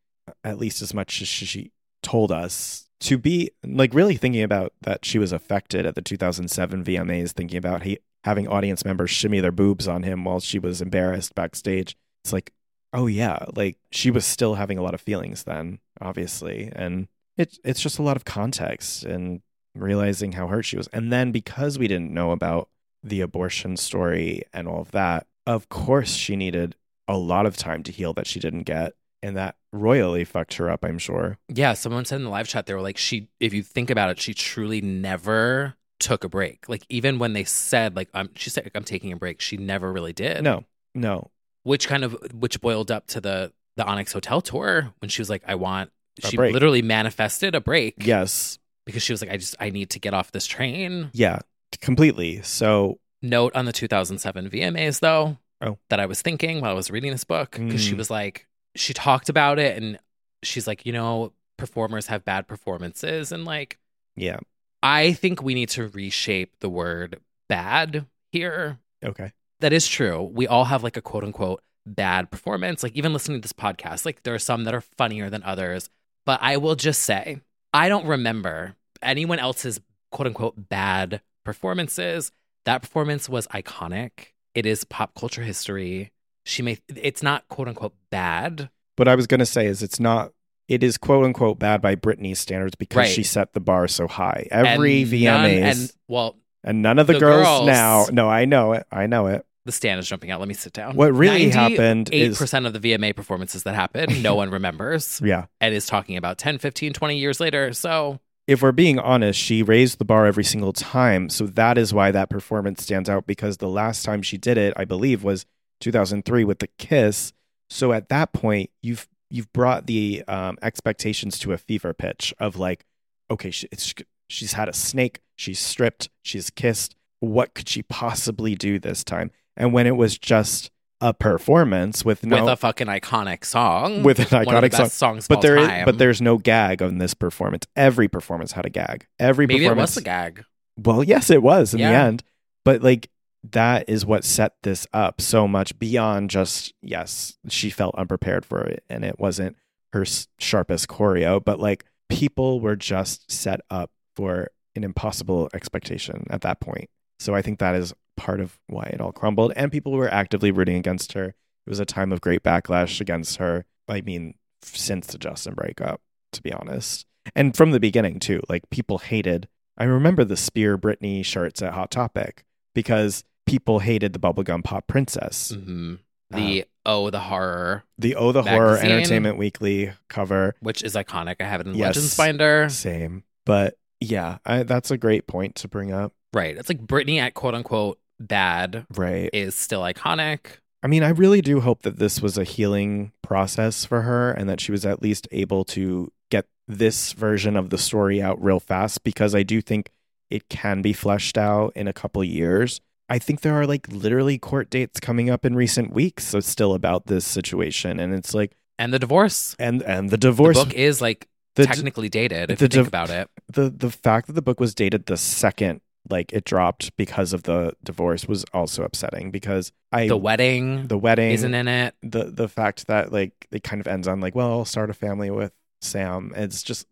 at least as much as she told us. To be like really thinking about that she was affected at the 2007 VMAs, thinking about he, having audience members shimmy their boobs on him while she was embarrassed backstage. It's like, oh yeah, like she was still having a lot of feelings then, obviously, and it it's just a lot of context and realizing how hurt she was. And then because we didn't know about the abortion story and all of that, of course she needed a lot of time to heal that she didn't get. And that royally fucked her up, I'm sure. Yeah, someone said in the live chat they were like, she. If you think about it, she truly never took a break. Like even when they said like, I'm, she said like, I'm taking a break, she never really did. No, no. which kind of which boiled up to the the Onyx Hotel tour when she was like, I want. A She break. literally manifested a break. Yes. because she was like, I just I need to get off this train. Yeah. Completely. So, Note on the 2007 VMAs though. Oh. that I was thinking while I was reading this book because she Mm. was like, she talked about it and she's like, you know, performers have bad performances and like. yeah. I think we need to reshape the word bad here. Okay. That is true. We all have like a quote unquote bad performance. Like even listening to this podcast, like there are some that are funnier than others. But I will just say, I don't remember anyone else's quote unquote bad performances. That performance was iconic. It is pop culture history. She may, it's not quote unquote bad. What I was going to say is it's not, it is quote unquote bad by Britney's standards because Right. she set the bar so high. Every And none- VMAs. and well, and none of the, the girls, girls- now. No, I know it. I know it. the stand is jumping out. Let me sit down. What really happened is- 8% of the VMA performances that happened, no one remembers Yeah. and is talking about 10, 15, 20 years later. So if we're being honest, she raised the bar every single time. So that is why that performance stands out because the last time she did it, I believe, was 2003 with the kiss. So at that point, you've you've brought the um, expectations to a fever pitch of like, okay, she, it's, she's had a snake, she's stripped, she's kissed. What could she possibly do this time? And when it was just a performance with no with a fucking iconic song. with an iconic one of the best song. songs but of there all is- time. but there's no gag on this performance. Every performance had a gag. Every Maybe it performance was a gag. Well, yes, it was in the Yeah. end. But like that is what set this up so much beyond just yes, she felt unprepared for it and it wasn't her s- sharpest choreo, but like people were just set up for an impossible expectation at that point. So I think that is part of why it all crumbled and people were actively rooting against her. It was a time of great backlash against her. I mean, since the Justin breakup, to be honest. And from the beginning too, like people hated I remember the Spear Britney shirts at Hot Topic because people hated the bubblegum pop princess. Uh, Mhm. The oh, the horror, The Oh the Horror Magazine. Entertainment Weekly cover. which is iconic. I have it in Yes. Legends Binder. Same. But yeah, I, that's a great point to bring up. Right. It's like Britney at quote unquote bad Right. is still iconic. I mean, I really do hope that this was a healing process for her and that she was at least able to get this version of the story out real fast because I do think it can be fleshed out in a couple years. I think there are like literally court dates coming up in recent weeks so still about this situation and it's like And the divorce. and and the divorce the book is like the d- technically dated if the you think div- about it. the the fact that the book was dated the second like it dropped because of the divorce was also upsetting because I The wedding the wedding isn't in it. the the fact that like it kind of ends on like well I'll start a family with Sam it's just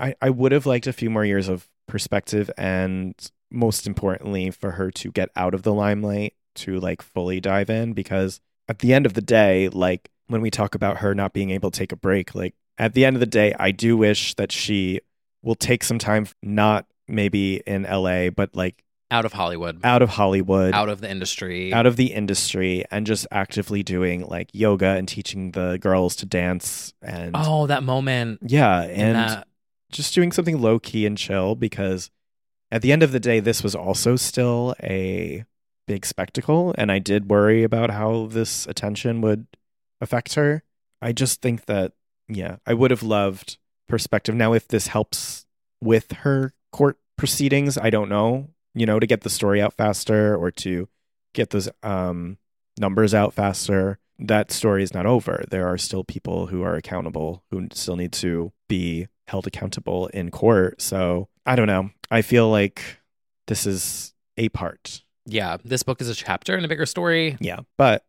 I I would have liked a few more years of perspective and most importantly for her to get out of the limelight to like fully dive in because at the end of the day like when we talk about her not being able to take a break like at the end of the day I do wish that she will take some time not maybe in LA but like Out of Hollywood. out of Hollywood Out of the industry. out of the industry and just actively doing like yoga and teaching the girls to dance and Oh, that moment. yeah And and that, just doing something low key and chill because at the end of the day this was also still a big spectacle and I did worry about how this attention would affect her. I just think that yeah, I would have loved perspective. Now if this helps with her court proceedings, I don't know, you know, to get the story out faster or to get those um numbers out faster. That story is not over. There are still people who are accountable who still need to be held accountable in court. So I don't know. I feel like this is a part. yeah, this book is a chapter in a bigger story. Yeah. But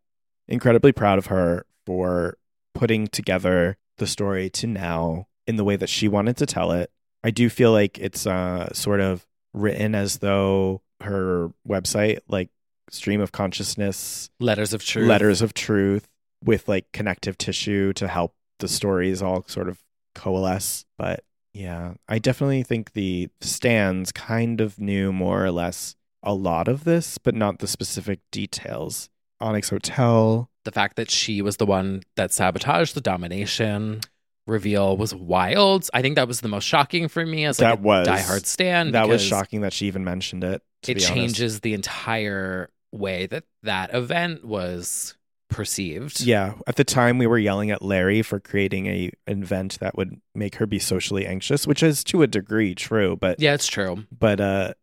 incredibly proud of her for putting together the story to now in the way that she wanted to tell it. I do feel like it's uh, sort of written as though her website, like stream of consciousness, Letters of truth. letters of truth with like connective tissue to help the stories all sort of coalesce. But yeah, I definitely think the stands kind of knew more or less a lot of this, but not the specific details. Onyx Hotel. The fact that she was the one that sabotaged the domination reveal was wild. I think that was the most shocking for me as like That was- a diehard That stand. was because shocking that she even mentioned it. To it be honest. changes the entire way that that event was perceived. Yeah, at the time we were yelling at Larry for creating a an event that would make her be socially anxious, which is to a degree true, but Yeah, it's true. but uh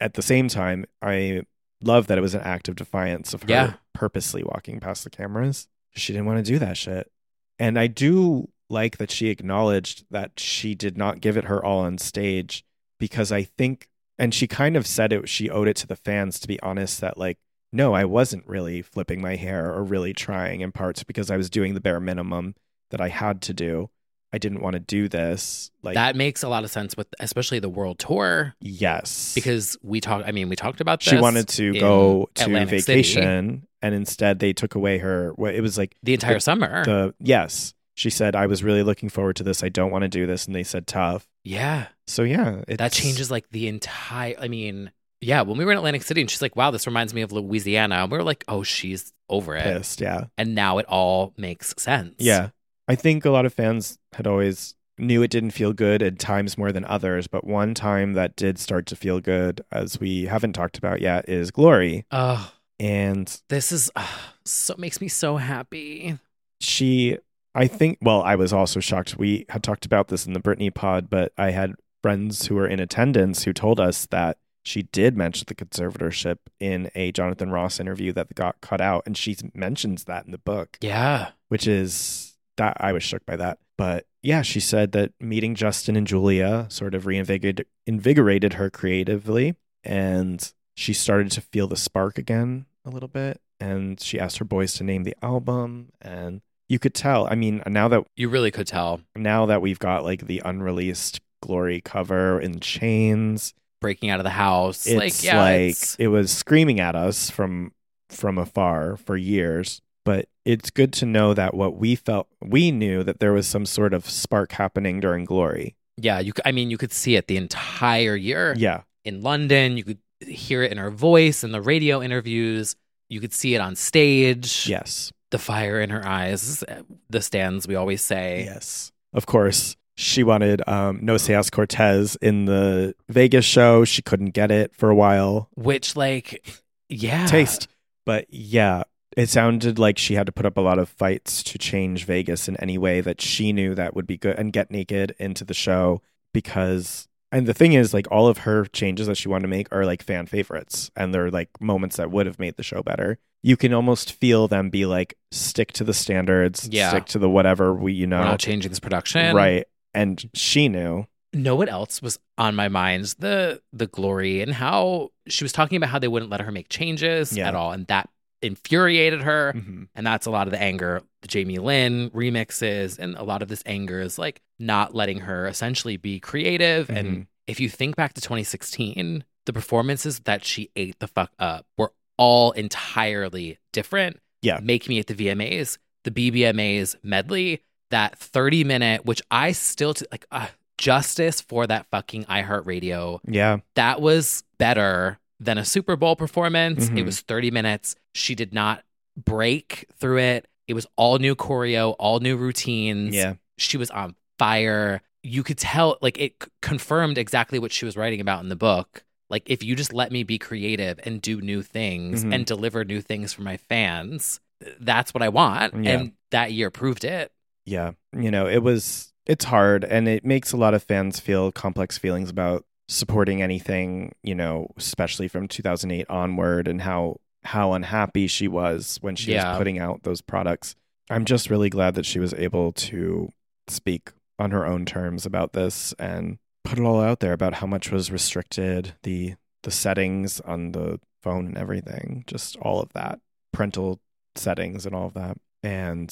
at the same time i love that it was an act of defiance of her Yeah. purposely walking past the cameras she didn't want to do that shit and i do like that she acknowledged that she did not give it her all on stage because i think and she kind of said it she owed it to the fans to be honest that like no i wasn't really flipping my hair or really trying in parts because i was doing the bare minimum that i had to do i didn't want to do this like that makes a lot of sense with especially the world tour yes because we talked. I mean, we talked about this. she wanted to in go to Atlantic City vacation and instead they took away her well, it was like the entire summer. the yes she said i was really looking forward to this i don't want to do this and they said tough yeah, so yeah it's, that changes like the entire. I mean, yeah, when we were in Atlantic City, and she's like, "Wow, this reminds me of Louisiana," and we were like, "Oh, she's over it," pissed yeah and now it all makes sense. yeah i think a lot of fans had always knew it didn't feel good at times more than others but one time that did start to feel good as we haven't talked about yet is glory Oh, and this is ah, so makes me so happy. she I think well, I was also shocked. We had talked about this in the Britney pod, but I had friends who were in attendance who told us that she did mention the conservatorship in a Jonathan Ross interview that got cut out, and she mentions that in the book, Yeah, which is that I was shook by that. But yeah, she said that meeting Justin and Julia sort of reinvigorated invigorated her creatively, and she started to feel the spark again a little bit. And she asked her boys to name the album, and you could tell. I mean, now that you really could tell now that we've got like the unreleased glory cover in chains, breaking out of the house. it's like, yeah, like it's- it was screaming at us from from afar for years. But it's good to know that what we felt, we knew that there was some sort of spark happening during glory. Yeah, you. c- I mean, you could see it the entire year. Yeah. in London. You could hear it in her voice in the radio interviews. You could see it on stage. Yes. The fire in her eyes, the stands we always say. Yes. Of course, she wanted um, No Seas Cortez in the Vegas show. She couldn't get it for a while. Which, like, yeah. Taste. But yeah, it sounded like she had to put up a lot of fights to change Vegas in any way that she knew that would be good and get naked into the show because. And the thing is, like, all of her changes that she wanted to make are like fan favorites and they're like moments that would have made the show better. You can almost feel them be like, stick to the standards, Yeah. stick to the whatever we, you know. We're not changing this production. Right. And she knew. Know what else was on my mind? The the glory and how she was talking about how they wouldn't let her make changes Yeah. at all, and that infuriated her. Mhm. And that's a lot of the anger, the Jamie Lynn remixes, and a lot of this anger is like not letting her essentially be creative. Mhm. And if you think back to 2016, the performances that she ate the fuck up were all entirely different. Yeah. Make Me at the VMAs, the BBMAs medley, that 30 minute, which I still, t- like, uh, justice for that fucking iHeartRadio Yeah. that was better than a Super Bowl performance. It Mhm. was 30 minutes. She did not break through it. It was all new choreo, all new routines. Yeah. She was on fire. You could tell, like, it c- confirmed exactly what she was writing about in the book. Like, if you just let me be creative and do new things Mhm. and deliver new things for my fans, th- that's what I want. Yeah. And that year proved it. Yeah. You know, it was, it's hard and it makes a lot of fans feel complex feelings about supporting anything, you know, especially from 2008 onward and how, how unhappy she was when she Yeah. was putting out those products. I'm just really glad that she was able to speak on her own terms about this and put it all out there about how much was restricted, the the settings on the phone and everything, just all of that, parental settings and all of that. And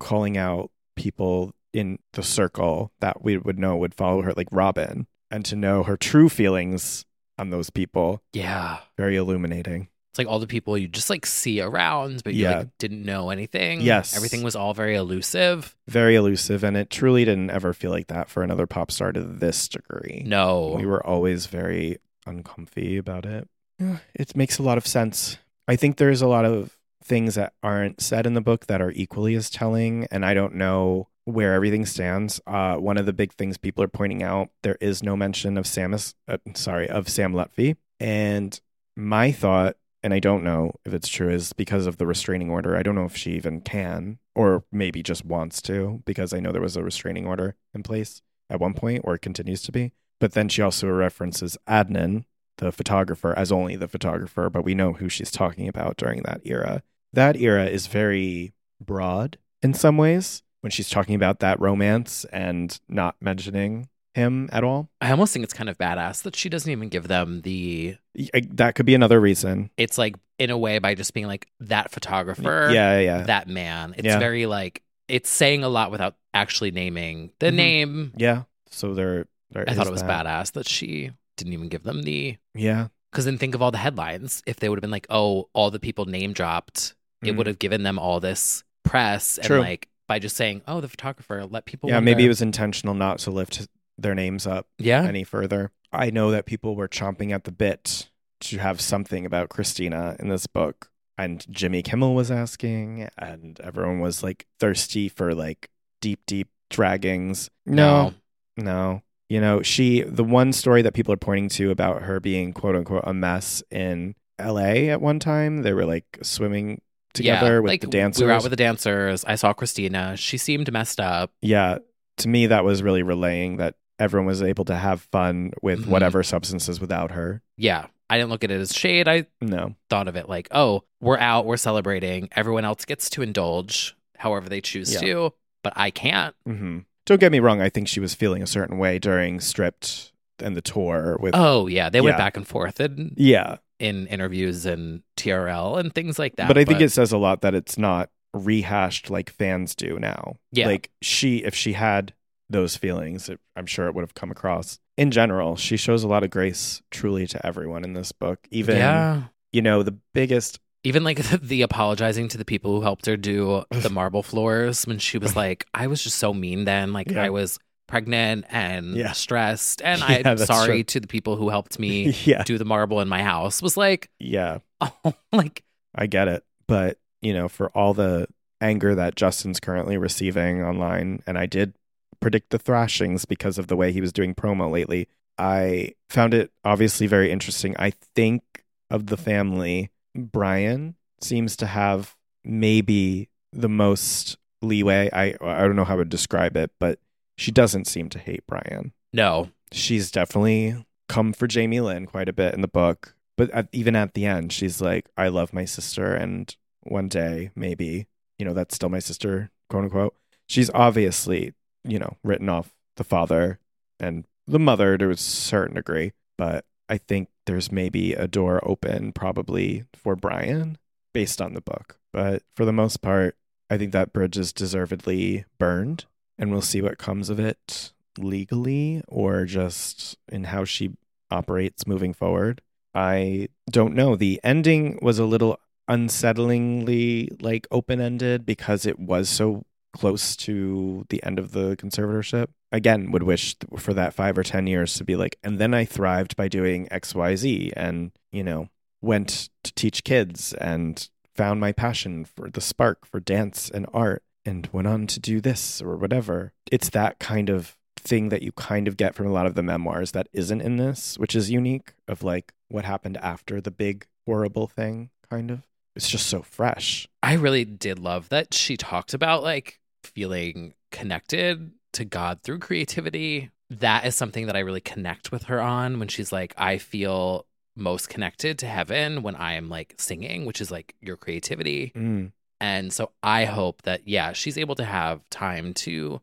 calling out people in the circle that we would know would follow her, like Robin, and to know her true feelings on those people, Yeah. very illuminating. It's like all the people you just like see around, but you Yeah. like didn't know anything. Yes. Everything was all very elusive. Very elusive, and it truly didn't ever feel like that for another pop star to this degree. No. We were always very uncomfy about it. Yeah, It makes a lot of sense. I think there's a lot of things that aren't said in the book that are equally as telling, and I don't know where everything stands. Uh, one of the big things people are pointing out there is no mention of Samus. Uh, sorry, of Sam Lutfi. And my thought, and I don't know if it's true, is because of the restraining order. I don't know if she even can, or maybe just wants to, because I know there was a restraining order in place at one point, or it continues to be. But then she also references Adnan, the photographer, as only the photographer, but we know who she's talking about during that era. That era is very broad in some ways when she's talking about that romance and not mentioning him at all. I almost think it's kind of badass that she doesn't even give them the. Y- That could be another reason. It's like in a way by just being like that photographer, Yeah, yeah, yeah. that man. It's Yeah. very like it's saying a lot without actually naming the Mhm. name. Yeah. So there, there I is thought it was that. badass that she didn't even give them the. Yeah. Because then think of all the headlines. If they would have been like, oh, all the people name dropped, it Mhm. would have given them all this press and True. like by just saying, oh, the photographer, let people. yeah. Maybe wonder. it was intentional not to lift their names up Yeah. any further. I know that people were chomping at the bit to have something about Christina in this book. And Jimmy Kimmel was asking, and everyone was like thirsty for like deep, deep draggings. No. No. You know, she, the one story that people are pointing to about her being quote unquote a mess in LA at one time, they were like swimming together Yeah, with like, the dancers. We were out with the dancers. I saw Christina. She seemed messed up. yeah, to me, that was really relaying that everyone was able to have fun with Mhm. whatever substances without her. Yeah. I didn't look at it as shade. I No. thought of it like, oh, we're out, we're celebrating. Everyone else gets to indulge however they choose Yeah. to, but I can't. hmm Don't get me wrong. I think she was feeling a certain way during Stripped and the tour with. Oh, yeah. They went Yeah. back and forth in, yeah. in interviews and TRL and things like that. but I think it says a lot that it's not rehashed like fans do now. Yeah. Like she, if she had those feelings, it, I'm sure it would have come across. In general, she shows a lot of grace truly to everyone in this book. Even, Yeah. you know, the biggest. Even like the, the apologizing to the people who helped her do the marble floors when she was like, I was just so mean then. Like, Yeah. I was pregnant and Yeah. stressed. And Yeah, I'm that's sorry true. to the people who helped me yeah. do the marble in my house. Was like, Yeah. oh, like I get it. But, you know, for all the anger that Justin's currently receiving online, and I did predict the thrashings because of the way he was doing promo lately, I found it obviously very interesting. I think of the family, Brian seems to have maybe the most leeway. I I don't know how to describe it, but she doesn't seem to hate Brian no, she's definitely come for Jamie Lynn quite a bit in the book. But at, even at the end, she's like, I love my sister. And one day, maybe, you know, that's still my sister, quote unquote. She's obviously, you know, written off the father and the mother to a certain degree. But I think there's maybe a door open probably for Brian based on the book. But for the most part, I think that bridge is deservedly burned. And we'll see what comes of it legally or just in how she operates moving forward. I don't know. The ending was a little unsettlingly like open ended because it was so close to the end of the conservatorship. Again, would wish th- for that five or 10 years to be like, and then I thrived by doing XYZ and, you know, went to teach kids and found my passion for the spark for dance and art and went on to do this or whatever. It's that kind of thing that you kind of get from a lot of the memoirs that isn't in this, which is unique of like what happened after the big horrible thing, kind of. It's just so fresh. I really did love that she talked about like feeling connected to God through creativity. That is something that I really connect with her on when she's like, I feel most connected to heaven when I am like singing, which is like your creativity. Mm. And so I hope that yeah, she's able to have time to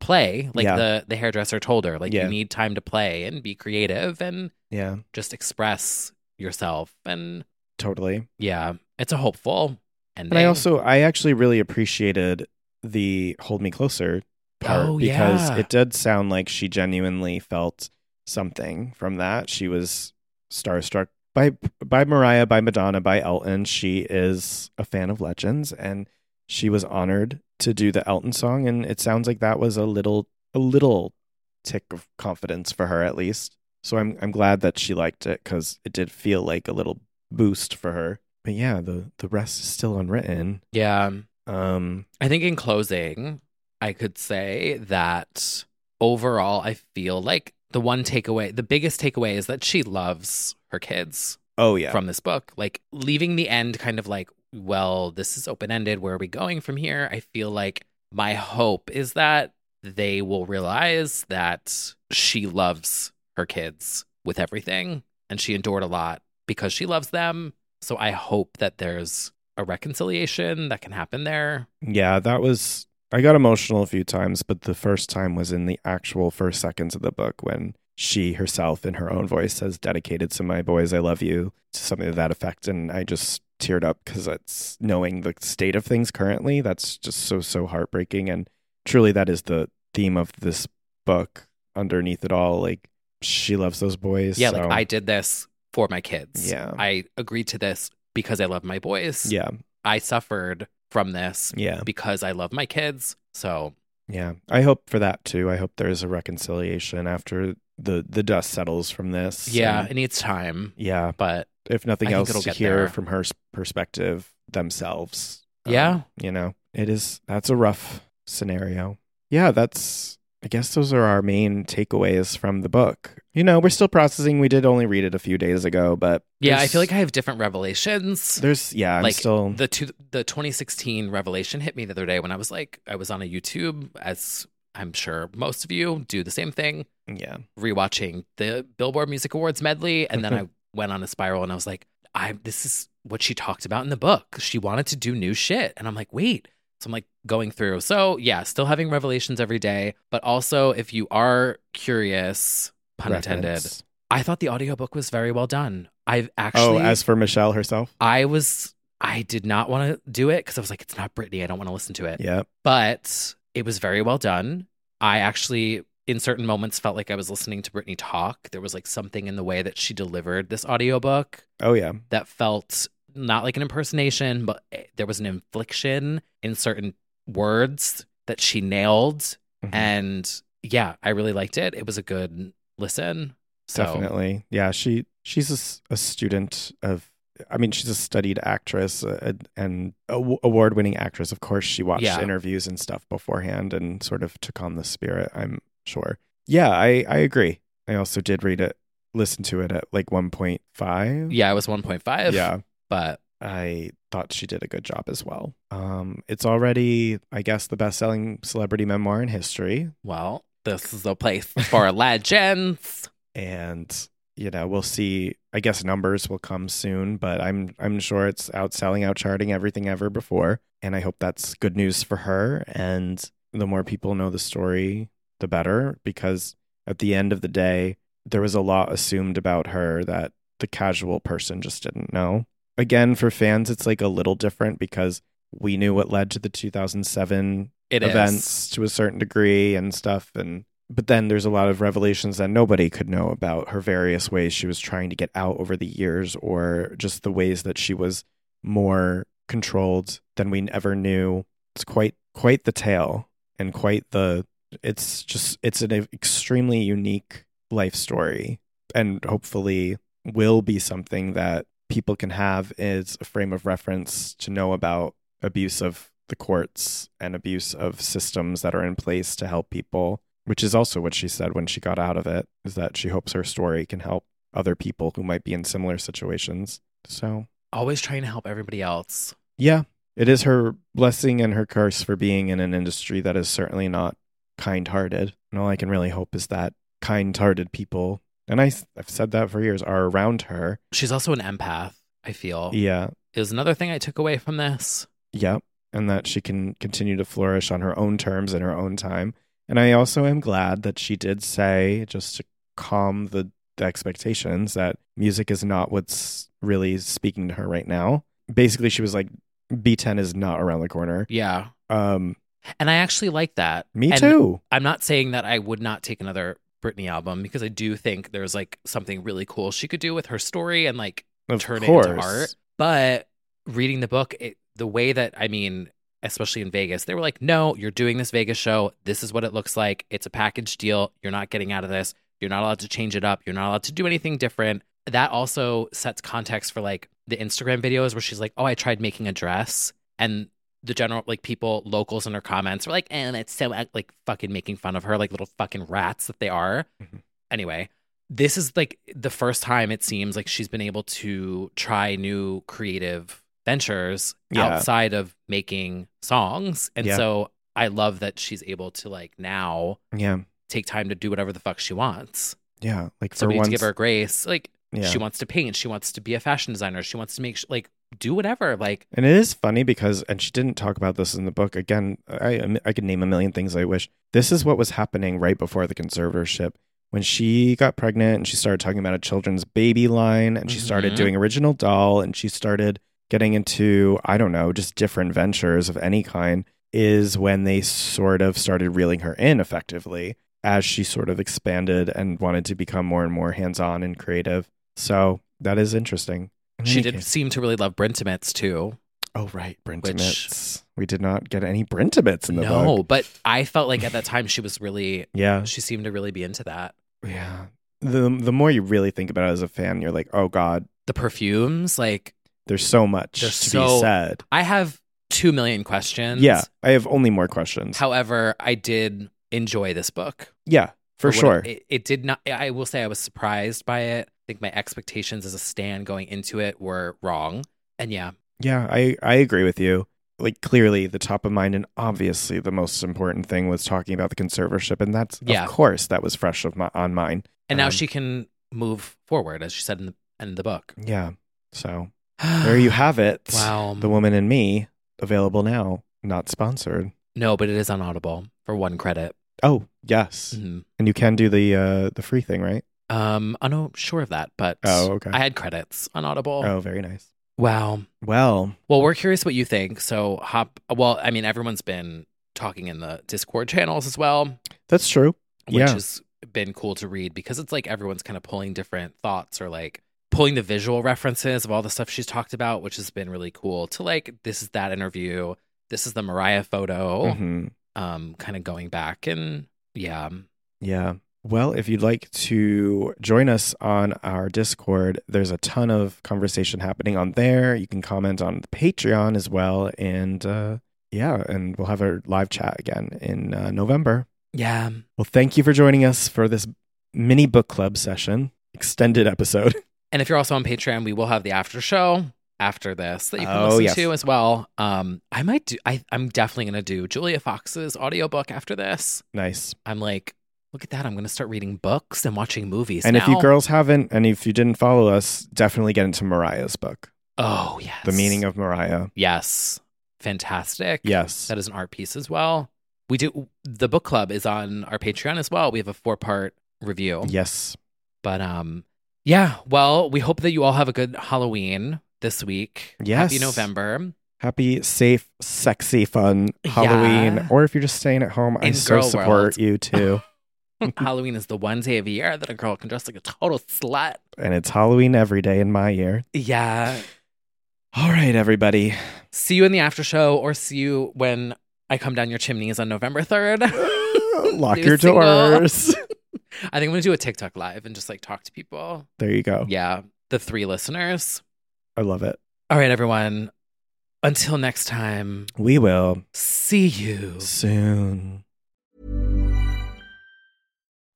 play. Like Yeah. the the hairdresser told her, like Yeah. you need time to play and be creative and Yeah, just express yourself. And totally. yeah, it's a hopeful ending. And I also, I actually really appreciated the Hold Me Closer part Oh, because yeah. it did sound like she genuinely felt something from that. She was starstruck by by Mariah, by Madonna, by Elton. She is a fan of legends and she was honored to do the Elton song and it sounds like that was a little a little tick of confidence for her at least. So I'm I'm glad that she liked it cuz it did feel like a little boost for her. But yeah, the the rest is still unwritten. Yeah. Um I think in closing, I could say that overall, I feel like the one takeaway, the biggest takeaway is that she loves her kids oh yeah. from this book. Like leaving the end kind of like, well, this is open ended. Where are we going from here? I feel like my hope is that they will realize that she loves her kids with everything and she endured a lot because she loves them. So I hope that there's a reconciliation that can happen there. Yeah, that was. I got emotional a few times, but the first time was in the actual first seconds of the book when she herself, in her own voice, says, dedicated to my boys, I love you, to something to that effect. And I just teared up because it's knowing the state of things currently. That's just so, so heartbreaking. And truly, that is the theme of this book underneath it all. Like, she loves those boys. Yeah, so- like I did this for my kids. Yeah. I agreed to this because I love my boys. Yeah, I suffered from this yeah. because I love my kids. So Yeah, I hope for that too. I hope there's a reconciliation after the the dust settles from this. yeah, And- it needs time, yeah. but I If nothing think else, it'll to get hear there. from her s- perspective themselves. um, Yeah. you know, it is. That's a rough scenario. Yeah, that's. I guess those are our main takeaways from the book. You know, we're still processing. We did only read it a few days ago, but yeah, I there's- feel like I have different revelations. there's yeah, I'm like still the two, the 2016 revelation hit me the other day when I was like, I was on a YouTube, as I'm sure most of you do the same thing, yeah. rewatching the Billboard Music Awards medley, and then I went on a spiral, and I was like, I this is what she talked about in the book. She wanted to do new shit, and I'm like, wait. So I'm like going through. So yeah, still having revelations every day, but also if you are curious, pun intended, reference. I thought the audiobook was very well done. I've actually Oh, as for Michelle herself, I was I did not want to do it because I was like, it's not Britney. I don't want to listen to it. yeah, But it was very well done. I actually in certain moments felt like I was listening to Britney talk. There was like something in the way that she delivered this audiobook oh yeah, that felt not like an impersonation, but eh, there was an infliction in certain words that she nailed Mhm. and yeah, I really liked it. It was a good listen. So Definitely. Yeah, she she's a s- a, student of I mean, she's a studied actress uh, and aw- award-winning actress. Of course, she watched Yeah. interviews and stuff beforehand and sort of took on the spirit, I'm sure. Yeah, I I agree. I also did read it, listen to it at like 1.5. yeah, it was 1.5. Yeah. But I thought she did a good job as well. Um, it's already, I guess, the best-selling celebrity memoir in history. well, this is a place for legends. and you know we'll see i guess numbers will come soon but i'm i'm sure it's outselling outcharting everything ever before and i hope that's good news for her and the more people know the story the better because at the end of the day there was a lot assumed about her that the casual person just didn't know again for fans it's like a little different because we knew what led to the 2007 It is. events to a certain degree and stuff and but then there's a lot of revelations that nobody could know about her various ways she was trying to get out over the years or just the ways that she was more controlled than we ever knew it's quite quite the tale and quite the it's just it's an extremely unique life story and hopefully will be something that people can have as a frame of reference to know about abuse of the courts and abuse of systems that are in place to help people, which is also what she said when she got out of it, is that she hopes her story can help other people who might be in similar situations. So, Always trying to help everybody else. yeah, it is her blessing and her curse for being in an industry that is certainly not kind hearted. And all I can really hope is that kind hearted people, and I, have said that for years, are around her. She's also an empath, I feel. Yeah. Is another thing I took away from this. Yep. And that she can continue to flourish on her own terms in her own time. And I also am glad that she did say, just to calm the, the expectations, that music is not what's really speaking to her right now. Basically, she was like, B10 is not around the corner. Yeah. Um, And I actually like that. me And too. I'm not saying that I would not take another Britney album because I do think there's like something really cool she could do with her story and like Of turn course. it into art. But reading the book, it, the way that I mean, especially in Vegas, they were like, "No, you're doing this Vegas show. This is what it looks like. It's a package deal. You're not getting out of this. You're not allowed to change it up. You're not allowed to do anything different." That also sets context for like the Instagram videos where she's like, "Oh, I tried making a dress," and the general like people locals in her comments were like, "And it's so like fucking making fun of her, like little fucking rats that they are." Mhm. Anyway, this is like the first time it seems like she's been able to try new creative ventures Yeah. outside of making songs. And Yeah. so I love that she's able to like now Yeah. take time to do whatever the fuck she wants. Yeah. Like, So for we need once. to give her grace. Like yeah. she wants to paint, she wants to be a fashion designer, she wants to make sh- like do whatever. Like And it is funny because, and she didn't talk about this in the book. Again, I I could name a million things I wish. This is what was happening right before the conservatorship when she got pregnant and she started talking about a children's baby line and she started Mhm. doing original doll and she started getting into I don't know just different ventures of any kind. Is when they sort of started reeling her in effectively as she sort of expanded and wanted to become more and more hands on and creative. So that is interesting. In she any did case- seem to really love Brintimits too. Oh right, Brintimits. We did not get any Brintimits in the no, book. but I felt like at that time she was really Yeah, she seemed to really be into that. yeah. The the more you really think about it as a fan, you're like, oh god, The perfumes, like there's so much There's to be so- said. I have two million questions. Yeah, I have only more questions. However, I did enjoy this book yeah, for, what sure. It, it, did not. I will say I was surprised by it. I think my expectations as a stan going into it were wrong. And yeah, yeah, I I agree with you. Like clearly, the top of mind and obviously the most important thing was talking about the conservatorship, and that's Yeah. of course that was fresh of my, on mine. and now Um, she can move forward, as she said in the end of the book. Yeah, so there you have it. Wow. the woman and me available now, not sponsored. no, but it is on Audible for one credit. Oh yes, Mhm. and you can do the uh, the free thing, right? Um, I'm not sure of that, but Oh, okay. I had credits on Audible. Oh, very nice. Wow. Well, Well, we're curious what you think. So hop. Well, I mean, everyone's been talking in the Discord channels as well. that's true. which Yeah. has been cool to read because it's like everyone's kind of pulling different thoughts or like pulling the visual references of all the stuff she's talked about, which has been really cool to like this is that interview, this is the Mariah photo, Mhm. um, kind of going back and yeah, Yeah. Well, if you'd like to join us on our Discord, there's a ton of conversation happening on there. You can comment on the Patreon as well. And uh, yeah, and we'll have a live chat again in uh, November. Yeah. Well, thank you for joining us for this mini book club session, extended episode. And if you're also on Patreon, we will have the after show after this that you can Oh, listen yes. to as well. Um, I might do. I, I'm definitely gonna do Julia Fox's audiobook after this. Nice. I'm like, look at that. I'm gonna start reading books and watching movies. and if you now. girls haven't, and if you didn't follow us, definitely get into Mariah's book, oh yes, The Meaning of Mariah. yes, fantastic. Yes. that is an art piece as well. We do the book club is on our Patreon as well. We have a four part review. Yes. But um, yeah. Well, we hope that you all have a good Halloween this week. Yes. happy November. Happy, safe, sexy, fun Halloween. Yeah. Or if you're just staying at home, I In so girl support world. you too. Halloween is the one day of the year that a girl can dress like a total slut. and it's Halloween every day in my year. Yeah. All right, everybody. See you in the after show or see you when I come down your chimneys on November 3rd. Lock New your single. doors. I think I'm going to do a TikTok live and just like talk to people. there you go. Yeah. The three listeners. I love it. All right, everyone. Until next time, We will see you. soon.